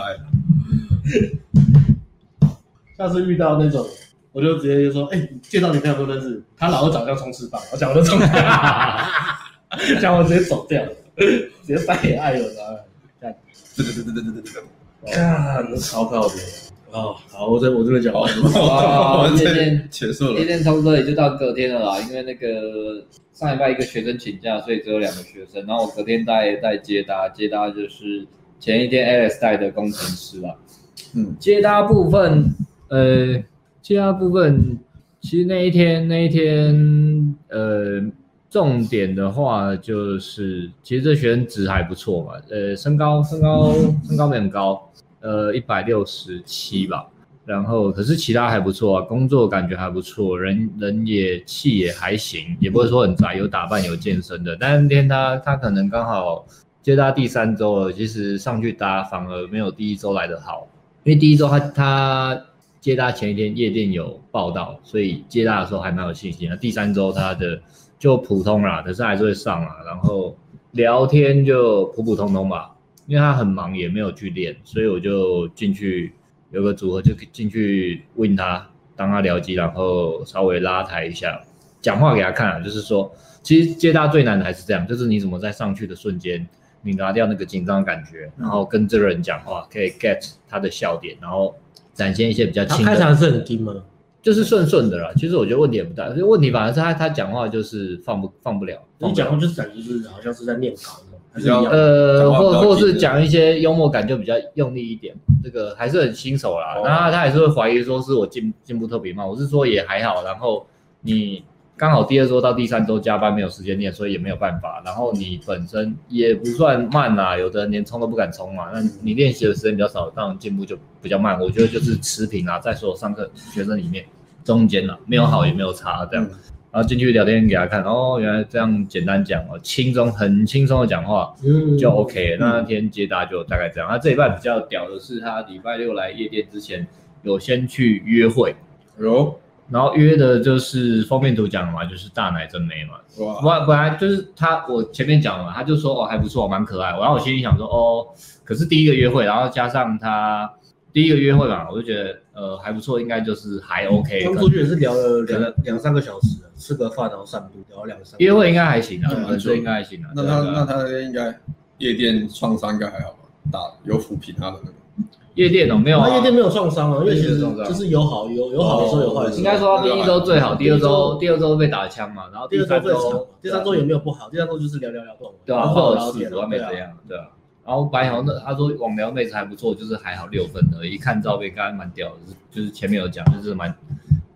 下次遇到那种，我就直接就说，哎、你介绍女朋友给我认识，她老是长得像冲刺棒，我讲我都冲刺棒， 讲我直接走掉，直接塞给艾伦啊，
对对对对对对对对。
干超靠谱。哦，好，我这我这边讲
好，
完了。
我们
今
这
天
结束
今
了。
天差不多也就到隔天了啦，因为那个上礼拜一个学生请假，所以只有两个学生，然后我隔天带带接搭，接搭就是前一天 Alex 带的工程师啦，
嗯，
接搭部分，呃，接搭部分，其实那一天那一天，呃，重点的话就是，其实这学生值还不错嘛，呃，身高身高身高没很高，呃，一百六十七吧，然后可是其他还不错啊，工作感觉还不错，人人也气也还行，也不会说很宅，有打扮有健身的，但那天他他可能刚好。接搭第三周了，其实上去搭反而没有第一周来的好，因为第一周他他接搭前一天夜店有报道，所以接搭的时候还蛮有信心的。第三周他的就普通啦，可是还是会上啦。然后聊天就普普通通吧，因为他很忙也没有去练，所以我就进去有个组合就进去问他，当他聊机，然后稍微拉抬一下，讲话给他看啊，就是说其实接搭最难的还是这样，就是你怎么在上去的瞬间，你拿掉那个紧张的感觉，然后跟这个人讲话，可以 get 他的笑点，然后展现一些比较
他
轻
开
的，
场是很低吗？
就是顺顺的啦。其实我觉得问题也不大，所以问题反而是他他讲话就是放不放不了，
你讲话就是感觉就是好像是在念稿那种，还是
比较
一样？
呃，
讲话比
或
较
或
低
是
的
讲一些幽默感就比较用力一点，这个还是很新手啦。
哦
然后他还是会怀疑说是我进进步特别慢，我是说也还好。然后你刚好第二周到第三周加班没有时间练，所以也没有办法。然后你本身也不算慢啦，有的人连冲都不敢冲嘛。
嗯
那你练习的时间比较少，当然进步就比较慢。我觉得就是持平啦，在所有上课学生里面中间啦，没有好也没有差这样。
嗯
然后进去聊天给他看，哦，原来这样简单讲哦，轻松很轻松的讲话，
嗯
就 OK 了。那天接搭就大概这样。他这一半比较屌的是，他礼拜六来夜店之前有先去约会，
有
然后约的就是封面图讲的嘛，就是大奶真美嘛。
哇，
本本来就是他，我前面讲了嘛，他就说哦还不错，蛮可爱。然后我心里想说哦，可是第一个约会，然后加上他第一个约会嘛，我就觉得呃还不错，应该就是还 OK
刚。
可
出
能
去也是聊了
可能
两两三个小时，吃个饭然后散步，聊了两三个
约会应该还行啊，
嗯
本身应该还行啊。
那
对
他
啊对
那
啊
他应该夜店创伤应该还好吧？打有抚平他的那个。
夜店哦没有啊
那夜店没有创伤啊，因为其实
没有创伤
就是有好有有好的时候有坏的时候，啊
哦应该说他第一周最好，第二周第二周被打枪嘛，然后
第
第
二
三
周最长
周，
第三周也没有不好，第三周就是聊聊聊动，
对啊，
然
或
后
者
聊
四
天
十万没
啊
怎样，对啊。然后白豪那他说网聊妹子还不错，就是还好六分而已，一看照片刚才蛮屌的，就是前面有讲，就是蛮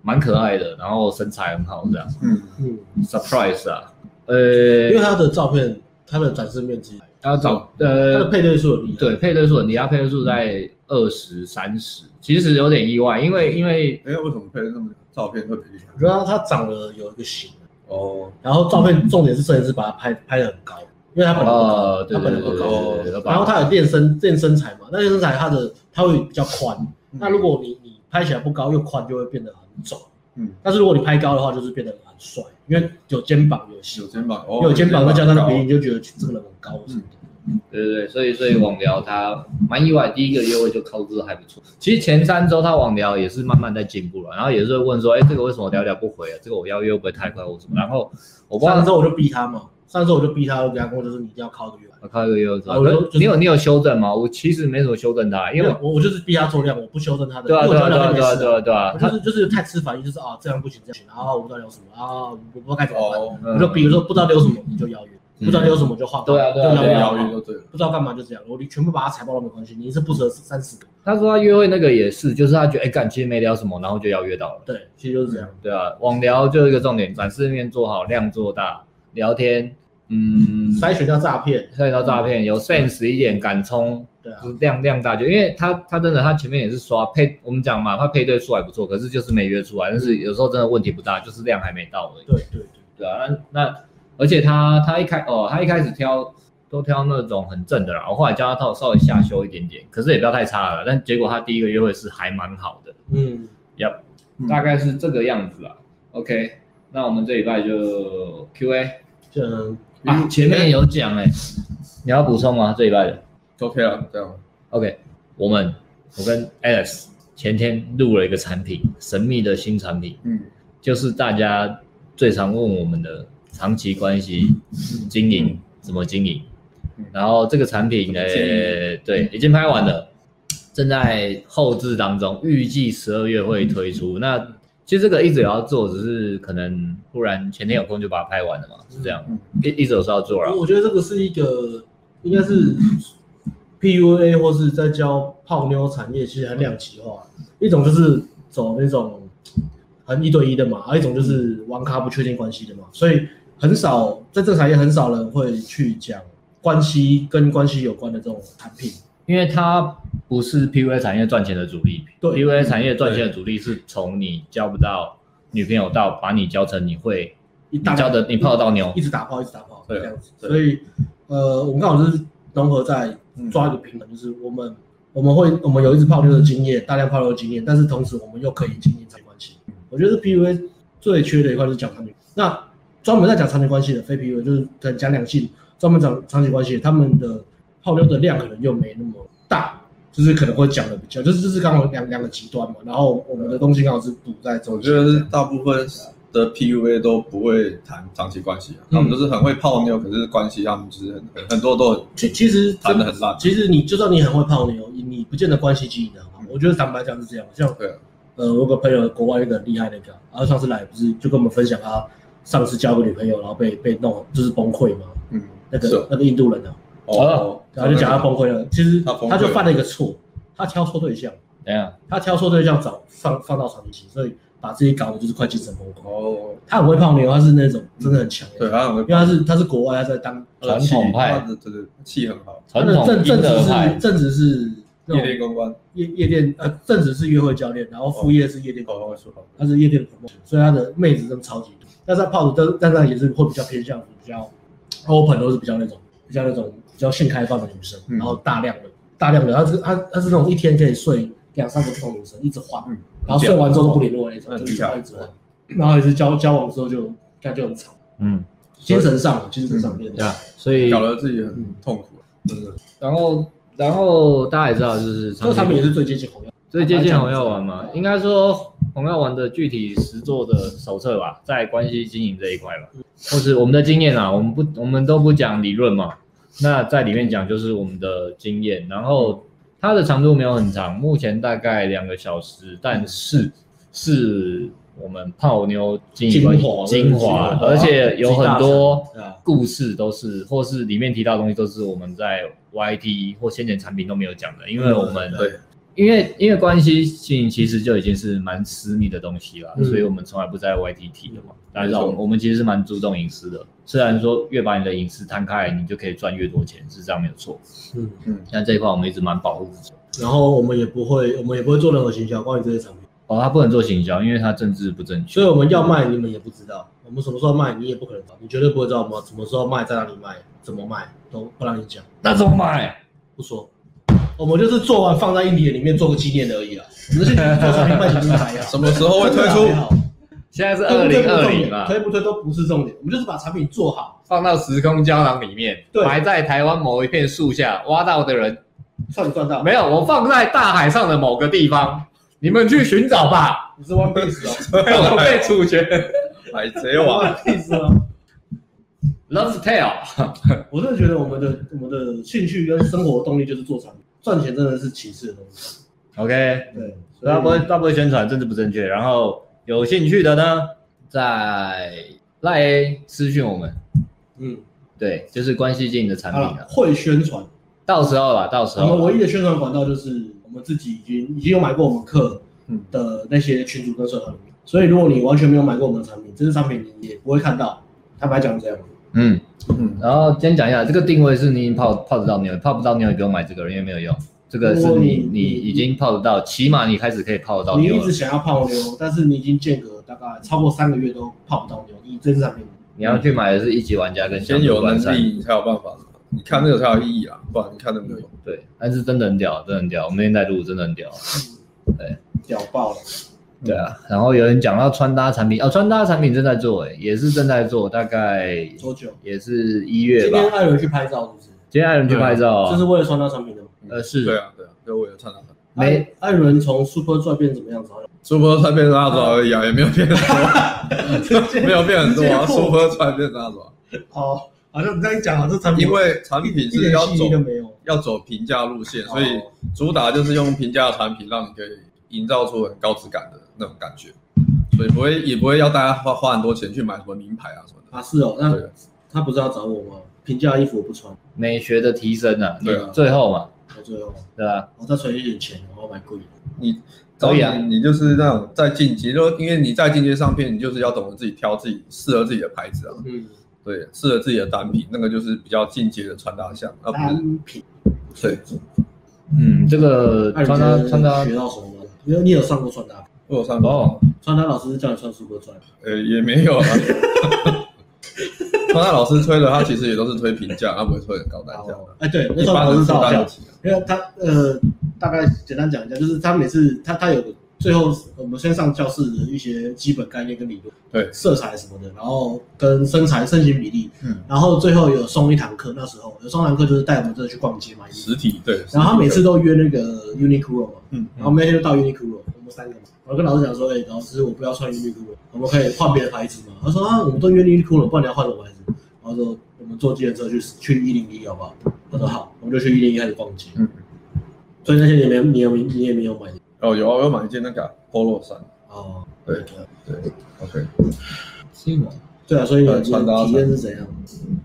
蛮可爱的，然后身材很好这样。
嗯，
嗯，
surprise 啊，
因为
呃，
他的照片，他的展示面积，
要找
他的
呃
配对数很厉害，
对，配对数，你要配对数在二十三十，其实有点意外，因为因为
哎，为什么配那么照片特别厉害
我？觉得他长得有一个型，
哦，
然后照片重点是摄影师把他拍拍的很高，因为他本来不高
呃，对
他
对
本
对
来不
对
高，
对对，对
然后他有练身练身材嘛，那练身材他的他会比较宽，
嗯
那如果你你拍起来不高又宽，就会变得很肿。
嗯，
但是如果你拍高的话，就是变得很帅，因为有肩膀有
有
型，
肩膀，哦
有肩膀再加上鼻，
高
你就觉得这个人很高
嗯
什么的。
对对对，所以所以网聊他蛮意外，第一个约会就靠这还不错。其实前三周他网聊也是慢慢在进步了，然后也是会问说，哎，这个为什么聊聊不回啊？这个我邀约会不会太快或什么？然后我不知
上
道
次我就逼他嘛，上次我就逼他，我给他跟我就是你一定要靠这个月来。
我靠一个约会怎么
啊我就就是
你有你有修正吗？我其实没什么修正他，因为我
我我就是逼他做量，我不修正他的，
对啊
因为
对
我
啊
知道他
对啊
没
对啊
事
对啊
啊。
对啊，
我
他
就是就是太吃反应，就是啊这样不行这样不行，然后我不知道聊什么啊，我不知道该怎么办。
哦，
我就比如说不知道留什么你就邀约，
嗯
不知道留什么就换，
对啊对啊
就
哦那
邀
个
约
邀约就对了，
不知道干嘛就这样，我全部把他踩爆都没关系，你一次不折三四个，
他说他约会那个也是，就是他觉得哎干，其实没聊什么，然后就邀约到了。
对，其实就是这样。
对啊，网聊就一个重点，展示面做好，量做大，聊天，嗯，
筛选掉诈骗，
涉及到诈骗，有 sense 一点，敢冲，
对啊
就，是量量大就，因为他他真的他前面也是刷配，我们讲嘛，他配对出来不错，可是就是没约出来，但是有时候真的问题不大，就是量还没到而已。
对对对，
对啊，那那而且他他一开哦，他一开始挑都挑那种很正的啦，我后来教他稍稍微下修一点点，可是也不要太差了，但结果他第一个约会是还蛮好的。
嗯，
Yep，、
嗯
大概是这个样子啦。OK，那我们这礼拜就 Q&A
嗯，
啊，前面有讲哎、你要补充吗？这礼拜的
OK 了，这样，
OK，我们我跟 Alex 前天录了一个产品，神秘的新产品，
嗯，
就是大家最常问我们的长期关系经营怎么经营
嗯，
然后这个产品
怎
呢，
么经嗯营
呃对，已经拍完了，正在后置当中，预计十二月
嗯
会推出。那其实这个一直有要做，只是可能忽然前天有空就把它拍完了嘛，是这样
嗯，
一一直有说要做了。
我觉得这个是一个应该是 PUA 或是在教泡妞产业，其实很两极化，一种就是走那种很一对一的嘛，啊还有一种就是玩咖不确定关系的嘛，所以很少在这个产业很少人会去讲关系跟关系有关的这种产品。
因为它不是 PUA 产业赚钱的主力
对嗯
，PUA 产业赚钱的主力是从你交不到女朋友到把你交成你会
你
你交的你泡得到妞
一，直打炮，一直打炮
对啊
这样子。
对
所以，呃，我们刚好就是融合在
嗯
抓一个平衡，就是我们我们会我们有一直泡妞的经验，大量泡妞的经验，但是同时我们又可以经营产业关系。我觉得是 PUA 最缺的一块就是讲产品。那专门在讲长期关系的非 PUA，就是可能讲两性，专门讲长期关系，他们的泡妞的量可能又没那么大。就是可能会讲的比较，就是就是刚好两两个极端嘛，然后我们的东西刚好是补在中
我觉
间这样。
得是大部分的 PUA 都不会谈长期关系啊，他们就是很会泡妞，可是关系他们就是很很很多都很
其其实
谈得很烂
其实你就算你很会泡妞，你不见得关系经营的很好。
嗯
我觉得坦白讲是这样，像
对啊，
呃，我有个朋友国外一个很厉害的一个，然后上次来不是就跟我们分享他上次交个女朋友，然后被被弄就是崩溃嘛，
嗯，
那
是
个
哦
那个印度人啊，
哦，
然后就讲他崩溃了。其实
他崩溃
他就犯了一个错，他挑错对象，
怎样？
他挑错对象找放放到长期期，所以把自己搞的就是快精神崩溃。
哦，
他很会泡妞，他是那种真的很强的，
嗯对，啊他很会
因为他是他是国外，他在当
传统
他
派，
的对对气很好，
他
传
的
统
正正
婴
职
儿
是
派，
正职是那
夜
种
店公关
夜夜店呃，正职是约会教练，然后副业是夜店，
哦，说好，
他是夜店 promoter，所以他的妹子真的超级多。但是他泡的，但但是也是会比较偏向比较 open，都是比较那种比较那种比较性开放的女生，
嗯
然后大量的大量的，他是他他是那种一天可以睡两三个不同女生，一直换，
嗯
然后睡完之后都不联络那种，
嗯
就一直换一直换，然后也是交交往之后就那就很吵，
嗯，
精神上精神
嗯
上面
对啊，所以
搞得自己很痛苦，啊真的，
然后然后大家也知道，就是
这个
长
产
期
品也是最接近红药，
最接近红药丸嘛，应该说红药丸的具体实作的手册吧，在关系经营这一块吧，
嗯
或是我们的经验啊，我们不我们都不讲理论嘛，那在里面讲就是我们的经验，然后它的长度没有很长，目前大概两个小时，但是是我们泡妞经营关系
精华
精华，而且有很多
对啊
故事都是，或是里面提到的东西都是我们在 YT 或先前产品都没有讲的，因为我们
对，
因为因为关系性其实就已经是蛮私密的东西了，
嗯
所以我们从来不在 YTT 的嘛。大家知道，
没
我
错
们我们其实是蛮注重隐私的。虽然说越把你的隐私摊开来，你就可以赚越多钱，是这样没有错。
嗯，
但这一块我们一直蛮保护自己。
然后我们也不会，我们也不会做任何行销关于这些产品，
哦，他不能做行销，因为他政治不正确
所以。我们要卖你们也不知道，我们什么时候卖你也不可能知道，你绝对不会知道我们什么时候卖，在哪里卖，怎么卖都不让你讲，
那怎么买？
不说。我们就是做完放在硬碟里面做个纪念而已啦，啊我们是做产品卖产品还好，
什么时候会推
还
出？
好
现在是
推
二
啊不推
零
不
二零
重
啊
点，
嘛，
推不推都不是重点，我们就是把产品做好，
放到时空胶囊里面，
对
埋在台湾某一片树下，挖到的人
算不算 到？
啊没有，我放在大海上的某个地方，你们去寻找 吧，
你是 One Piece 哦
我被处决。
海贼王，
啊
，One Piece 哦。
Love Tale，
我真的觉得我们的我们的兴趣跟生活动力就是做产品，赚钱真的是其次的东西。
OK，
嗯
对，
啊
大不会大不会宣传政治不正确。然后有兴趣的呢，在赖私讯我们，
嗯，
对，就是关系经营的产
好
品
了
啊，。
会宣传，
到时候啦，到时
我们
候啦
唯一的宣传管道就是我们自己已经已经有买过我们课
嗯
的那些群主跟社团里面，所以如果你完全没有买过我们的产品，这些产品你也不会看到。坦白讲，这样
嗯。
嗯，
然后先讲一下，这个定位是你泡泡得到妞，泡不到妞也不用买这个，因为没有用。这个是
如果
你
你
你已经泡得到，起码你开始可以泡得到
你一
妞
直
了。
想要泡妞，但是你已经间隔大概超过三个月都泡不到妞，你这支产品
你要去买的是一级玩家跟
先
相
有
关
能
三
力你才有办法，你看那个才有意义啊，不然你看那么多。
对，但是真的很屌，真的很屌，我们那天在录真的很屌。
屌爆了。
对啊，然后有人讲到穿搭产品，哦，穿搭产品正在做、欸，也是正在做，大概
多久？
也是一月
今
吧
天。艾伦去拍照是不是？
今天还有人去拍照啊
这是为了穿搭产品的吗？
呃是
对啊，对啊，就为了穿搭。
没
艾艾伦从 Super Dry 变成怎么样子？
Super 穿变大爪而已啊，也没有变很 多，没有变很多啊。
直接破
Super 穿变大爪，
哦，好像你这样讲，好像产
因为产品是要走
都没有，
要走平价路线，所以
哦
主打就是用平价的产品，让你可以营造出很高质感的那种感觉，所以不会也不会要大家花花很多钱去买什么名牌啊什么的。
啊是哦，那
对
他不是要找我吗？平价衣服我不穿，
美学的提升啊，你
对啊
最后嘛，
我最后
对吧、
我再存一点钱，我要买贵的。
所
可以
以
啊
你就是那种在进阶，就因为你在进阶上片，你就是要懂得自己挑自己适合自己的牌子啊，
嗯，
对，适合自己的单品，那个就是比较进阶的穿搭项，而不
单品。
是
啊
对。
嗯，这个
艾
穿搭
伦
穿搭
学到什么吗？因为你有上过穿搭，
我有上过
哦，
穿搭老师是叫你穿 Super Dry，
呃，也没 有啊。川大老师推的，他其实也都是推平价，他不会推很高单价的。
哎对，那
一
穿搭
般
老
人
师
负
超好
担
笑
得，起啊。
因为他呃，大概简单讲一下，就是他每次他他有个最后我们先上教室的一些基本概念跟理论，
对
色彩什么的，然后跟身材身形比例，
嗯，
然后最后有送一堂课，那时候有送一堂课就是带我们真的去逛街买衣服，
实体对。
然后他每次
实体
都约那个 Uniqlo 嘛，
嗯，
然后我们那天就到 Uniqlo，我们三个嘛，我跟老师讲说，哎、老师我不要穿 Uniqlo，我们可以换别的牌子吗？他说啊，我们都约 Uniqlo 了，不然你要换什么牌子？然后说我们坐计程车去去一零一好不好？他说好，我们就去一零一开始逛街，
嗯，
所以那些你没你有你也没有买
哦有啊，我有买一件那个啊 polo 衫。
哦，
对
对啊
OK，
对啊，所以你的
呃穿搭
体验是怎样？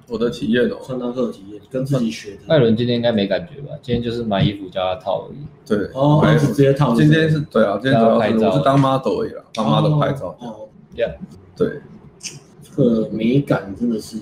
我的体验哦，
穿搭课的体验跟自己学
哎
艾
的
伦今天应该没感觉吧？今天就是买衣服叫他套而已。
对，
哦，
买
是直接套
今天是对啊，今天主要
大家拍
是
照
我是当 model 而已啦，当 model 拍照。
哦，
对，
这个美感真的是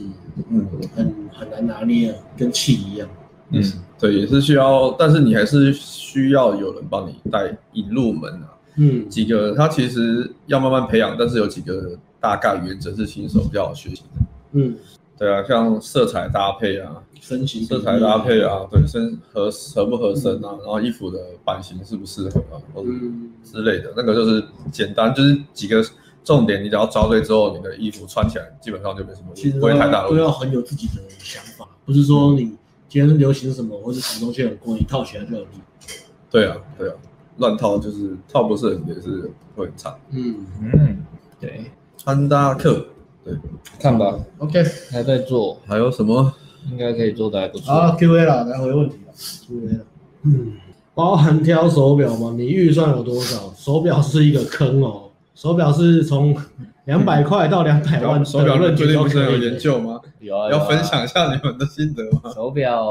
嗯
很很难拿捏啊，跟气一样。
嗯，对，也是需要，但是你还是需要有人帮你带引入门啊。
嗯，
几个他其实要慢慢培养，但是有几个大概原则是新手比较好学习的。
嗯，
对啊，像色彩搭配啊，
身形
色彩搭，配啊，对身合合不合身啊，然后衣服的版型适不适合啊，或者
嗯，
之类的，那个就是简单，就是几个重点，你只要抓对之后，你的衣服穿起来基本上就没什么
其
问
实
题，
都
不会太大
要
的
都
问
要
题。
很有自己的想法，不是说你今天流行什么或者什么东西很贵，你套起来就很厉害。
对啊，对啊，乱套就是套不是很也是会很惨。
嗯
嗯，对，
穿搭课
看吧，
，OK，
还在做，
还有什么？
应该可以做的还不错。
好，Q&A 了，来回问题了，Q&A 了。嗯，包含挑手表吗？你预算有多少？手表是一个坑哦，手表是从两百块到两百万的
手表
论
论
据
最
都
近不是
可
有
以
研
的。
究吗？
有啊，有啊
要分享一下你们的心得吗？
手表，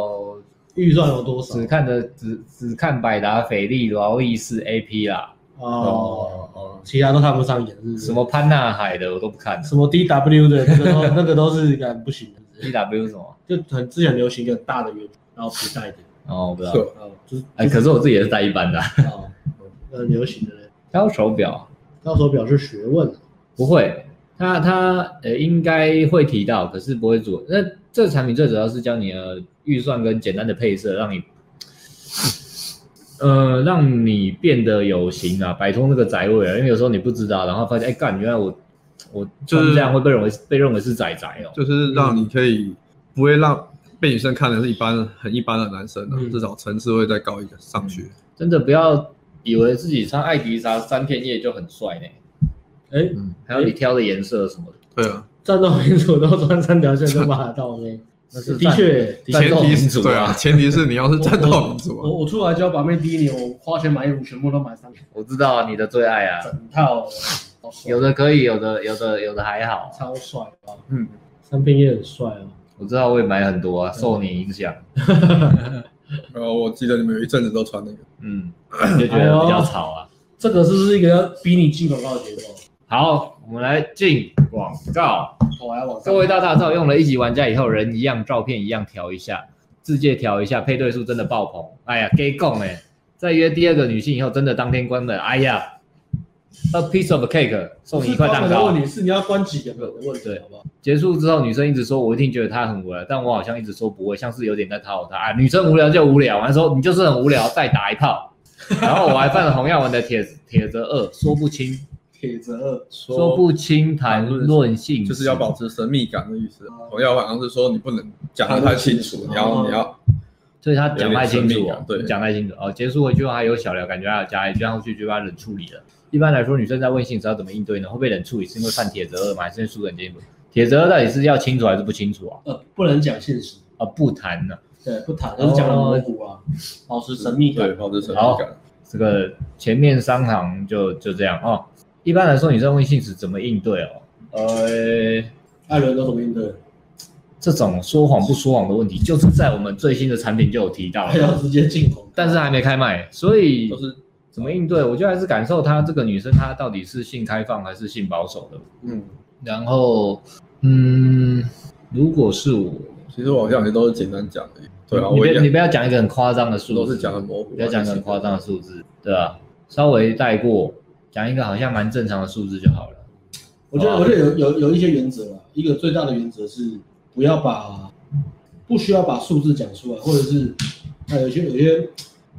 预算有多少？
只看的只只看百达翡丽、劳力士 AP 啦，
嗯
哦哦，其他都看不上眼，是不是
什么潘纳海的我都不看了
什么 DW 的，那个都那个都是感不行的，
，DW 什么？
就很之前流行一个大的圆，然后皮带的，
哦，我不知道。
是
哦，就是
哎，可是我自己也是戴一般的啊，
哦，很流行的嘞。
还有手表
到时候表示学问了，
不会，他他呃应该会提到，可是不会做。那这个产品最主要是教你的预算跟简单的配色，让你呃让你变得有型啊，摆脱那个宅味啊。因为有时候你不知道，然后发现哎干，原来我我
就是
穿这样会被认为被认为是宅宅哦。
就是让你可以不会让被女生看的是一般很一般的男生啊，
嗯
至少层次会再高一点上去。
真的不要以为自己穿艾迪莎三片叶就很帅呢。
哎、
嗯，
还有你挑的颜色什么的，
对啊，
战斗民族都穿三条线都骂得到 妹，
那是
的确，
战
前
斗
提
民
是
族
对啊，，前提是你要是战斗民族
我
啊，
我出来教把妹第一年，我花钱买衣服全部都买三
我知道啊你的最爱啊，
整套，哦好帅
有的可以，有的有的有的还好。
超帅啊！
嗯，
三片也很帅哦。
我知道我也买很多啊，受你影响，
然后哦我记得你们有一阵子都穿那个，
嗯，就觉得比较吵啊。
这个是不是一个要逼你进广告的节奏？
好，我们来进广告。
头哦还要往上。
各位大大照用了一级玩家以后，人一样，照片一样，调一下，字界调一下，配对数真的爆棚。哎呀，gay 共哎，再约第二个女性以后，真的当天关门。哎呀，a piece of cake 送你一块蛋
不是我
糕啊
的。问题是你要关几个人的问题，
对
好不好？
结束之后，女生一直说我一定觉得她很无聊，但我好像一直说不会，像是有点在讨好她啊。女生无聊就无聊，完说你就是很无聊，再打一 炮。然后我还犯了洪耀文的铁铁则二，说不清，
铁则二，
说不清谈论性事，
就是要保持神秘感的意思。同样好像是说你不能讲的太清楚，你要
哦
你要
所以他讲太清
有
楚
点神秘
哦
感，对
讲太清楚哦。结束回去后还有小聊，感觉还有加一句，这样后续就把冷处理了。一般来说，女生在问性时要怎么应对呢？会被冷处理是因为犯铁则二吗？还是因为输得很清楚？铁则二到底是要清楚还是不清楚啊？
呃，不能讲现实，
啊，不谈呢、
对，不谈，就是讲的模糊啊，保持神秘
对
感。
保持神秘感。
这个前面商行就就这样哦。一般来说，女生问性时怎么应对哦？呃，
艾伦都怎么应对？
这种说谎不说谎的问题，就是在我们最新的产品就有提到了
还，要直接进攻，
但是还没开卖，所以
哎都是
怎么应对？我就还是感受她这个女生她到底是性开放还是性保守的。
嗯，
然后，嗯，如果是我，
其实我好像也都是简单讲的，对啊，
你
我
别
也
你不要讲一个很夸张的数字，
都是讲很模糊，啊
不要讲一个很夸张的数字，对啊，稍微带过，讲一个好像蛮正常的数字就好了。
我觉得，
哇
我觉得有有有一些原则啦。一个最大的原则是不要把不需要把数字讲出来，或者是那有些有些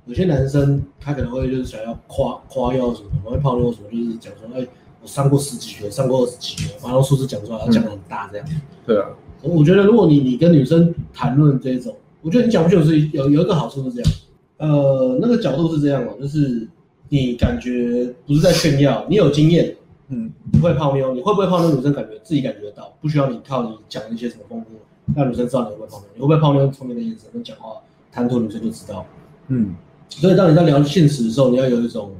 有些男生他可能会就是想要夸夸耀什么，然后会泡妞什么，就是讲说，哎，我上过十几学，上过二十几学，然后数字讲出来，然后讲的很大这样。
对啊，
我觉得如果你你跟女生谈论这种，我觉得你讲不清楚是有有一个好处是这样，呃，那个角度是这样哦，就是你感觉不是在炫耀，你有经验，
嗯，
你会泡妞，你会不会泡妞？女生感觉自己感觉得到，不需要你靠你讲一些什么风格，让女生知道你会不会泡妞。你会不会泡妞？从你的眼神跟讲话、谈吐，女生就知道。
嗯，
所以当你在聊现实的时候，你要有一种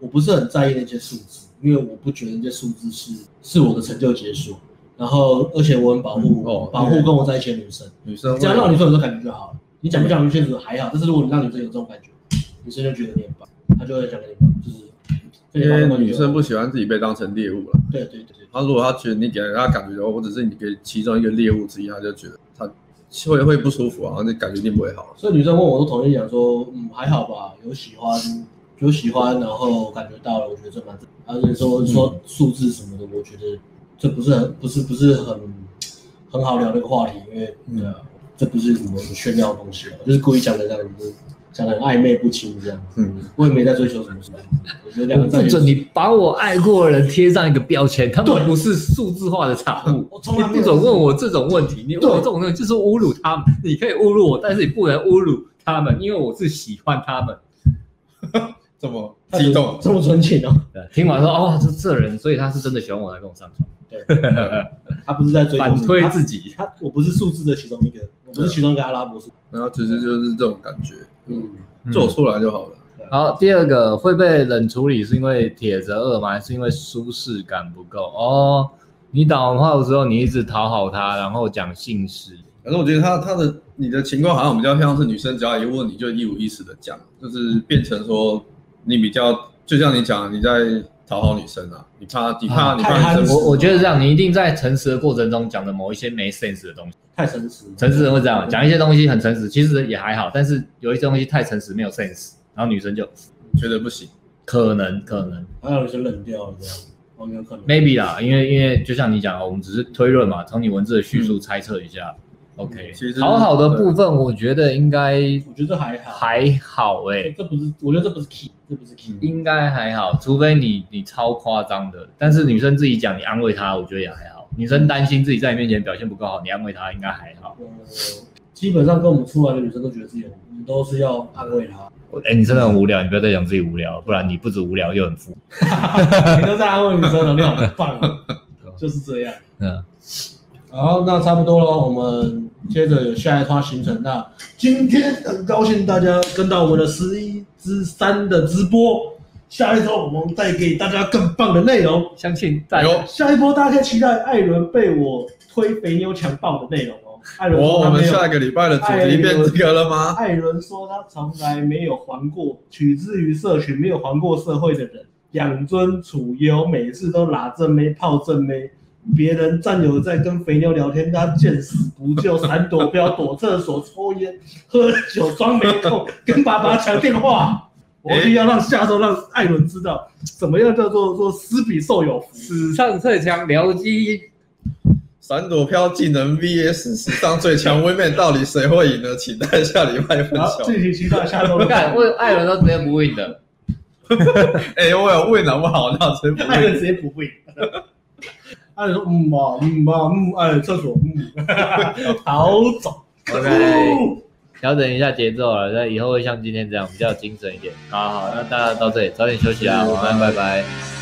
我不是很在意那些数字，因为我不觉得那些数字是是我的成就解锁。然后，而且我很保护、
嗯哦
保护跟我在一起的女生，
女生会
这样让女生有这种感觉就好了。你讲不讲女生还好，但是如果你让女生有这种感觉，女生就觉得你很棒，她就会讲给你棒，就是跟你
因
发
为
生关系
女
就
生不喜欢自己被当成猎物了。
对对对对，
她如果她觉得你给她感觉，我只是你给其中一个猎物之一，她就觉得她会会不舒服啊，那感觉一定不会好。
所以女生问我，我都同意讲说，嗯，还好吧，有喜欢，有喜欢，然后感觉到了，我觉得这蛮正常。而且说说数字什么的，我觉得这不是很不是不是很很好聊的一个话题，因为
嗯
对啊，这不是什么炫耀的东西啊，就是故意讲的让你就是讲的暧昧不清这样。
嗯，
我也没在追求什么什么，我觉得两个在
不
一起
准你把我爱过的人贴上一个标签，他们不是数字化的产物。
我从
你
来没有
不准问我这种问题，你问我这种问题就是侮辱他们。你可以侮辱我，但是你不能侮辱他们，因为我是喜欢他们。
这么激动，
这么纯情哦，
对听完说哦，这这人，所以他是真的喜欢我才跟我上床，
他不是在追求
反
数字
推
他
自己。
他我不是数字的其中一个，我不是其中一个阿拉伯数，
然后其实就是这种感觉，
嗯，
做出来就好了。
好，第二个会被冷处理是因为铁则二吗？还是因为舒适感不够？哦，你打完炮之后，你一直讨好他，然后讲性事，
反正我觉得他他的你的情况好像比较像是女生，只要一问你就一五一十的讲，就是变成说你比较，就像你讲，你在讨好女生啊，你怕你怕、
啊
你怕
太
女
贪
生，
婪
我我觉得这样，你一定在诚实的过程中讲的某一些没 sense 的东西。
太诚实了，
诚实人会这
嗯
样讲一些东西很诚实，其实也还好，但是有一些东西太诚实没有 sense，然后女生就
觉得不行。
可能可能
还有一些冷掉了这样，我有可能。
maybe 啦，因为因为就像你讲，哦我们只是推论嘛，从你文字的叙述猜测一下。OK，
嗯其实
好好的
对
部分我觉得应该
我觉得还好，
还嗯好哎、
这不是，我觉得这不是 key，这不是 key。
应该还好，除非你你超夸张的，但是女生自己讲，你安慰她，我觉得也还好。女生担心自己在你面前表现不够好，你安慰她应该还好。
呃，基本上跟我们出来的女生都觉得自己很，我们都是要安慰 她，
哎、你真的很无聊，你不要再讲自己无聊，不然你不止无聊又很负。
你都在安慰女生了，你好棒哦， 就是这样。
嗯，
好，那差不多了，我们接着有下一趟行程。那今天很高兴大家跟到我们的十一之三的直播，下一周我们带给大家更棒的内容。
相信大家
有
下一波大家可以期待艾伦被我推肥妞强暴的内容哦。艾伦
我
说
我
他
们
没有，
下一个礼拜的主
哎
题变这个了吗？
艾伦说他从来没有还过，取之于社群，没有还过社会的人，养尊处优，每次都拿正妹泡正妹。别人战友在跟肥妞聊天，他见死不救，闪躲镖，躲厕所，抽烟，喝酒，装没空，跟爸爸抢电话。我一定要让下周让艾伦知道，怎么样叫做做施比受有福。
史上最强僚机，
闪躲飘技能 VS 史上最强 women，到底谁会赢呢？请待下礼拜分
好，
晓。
敬请期待下周
我
的
敢问艾伦都直接不 win 的。
哎、我有问好不好？那真不
艾伦
会。
直接不会。艾伦说：“嗯吧，嗯吧，嗯，哎，厕所，嗯，逃 走。
OK，调整一下节奏了，那以后会像今天这样比较精神一点。好好，那大家到这里早点休息啊，晚安，拜拜。
拜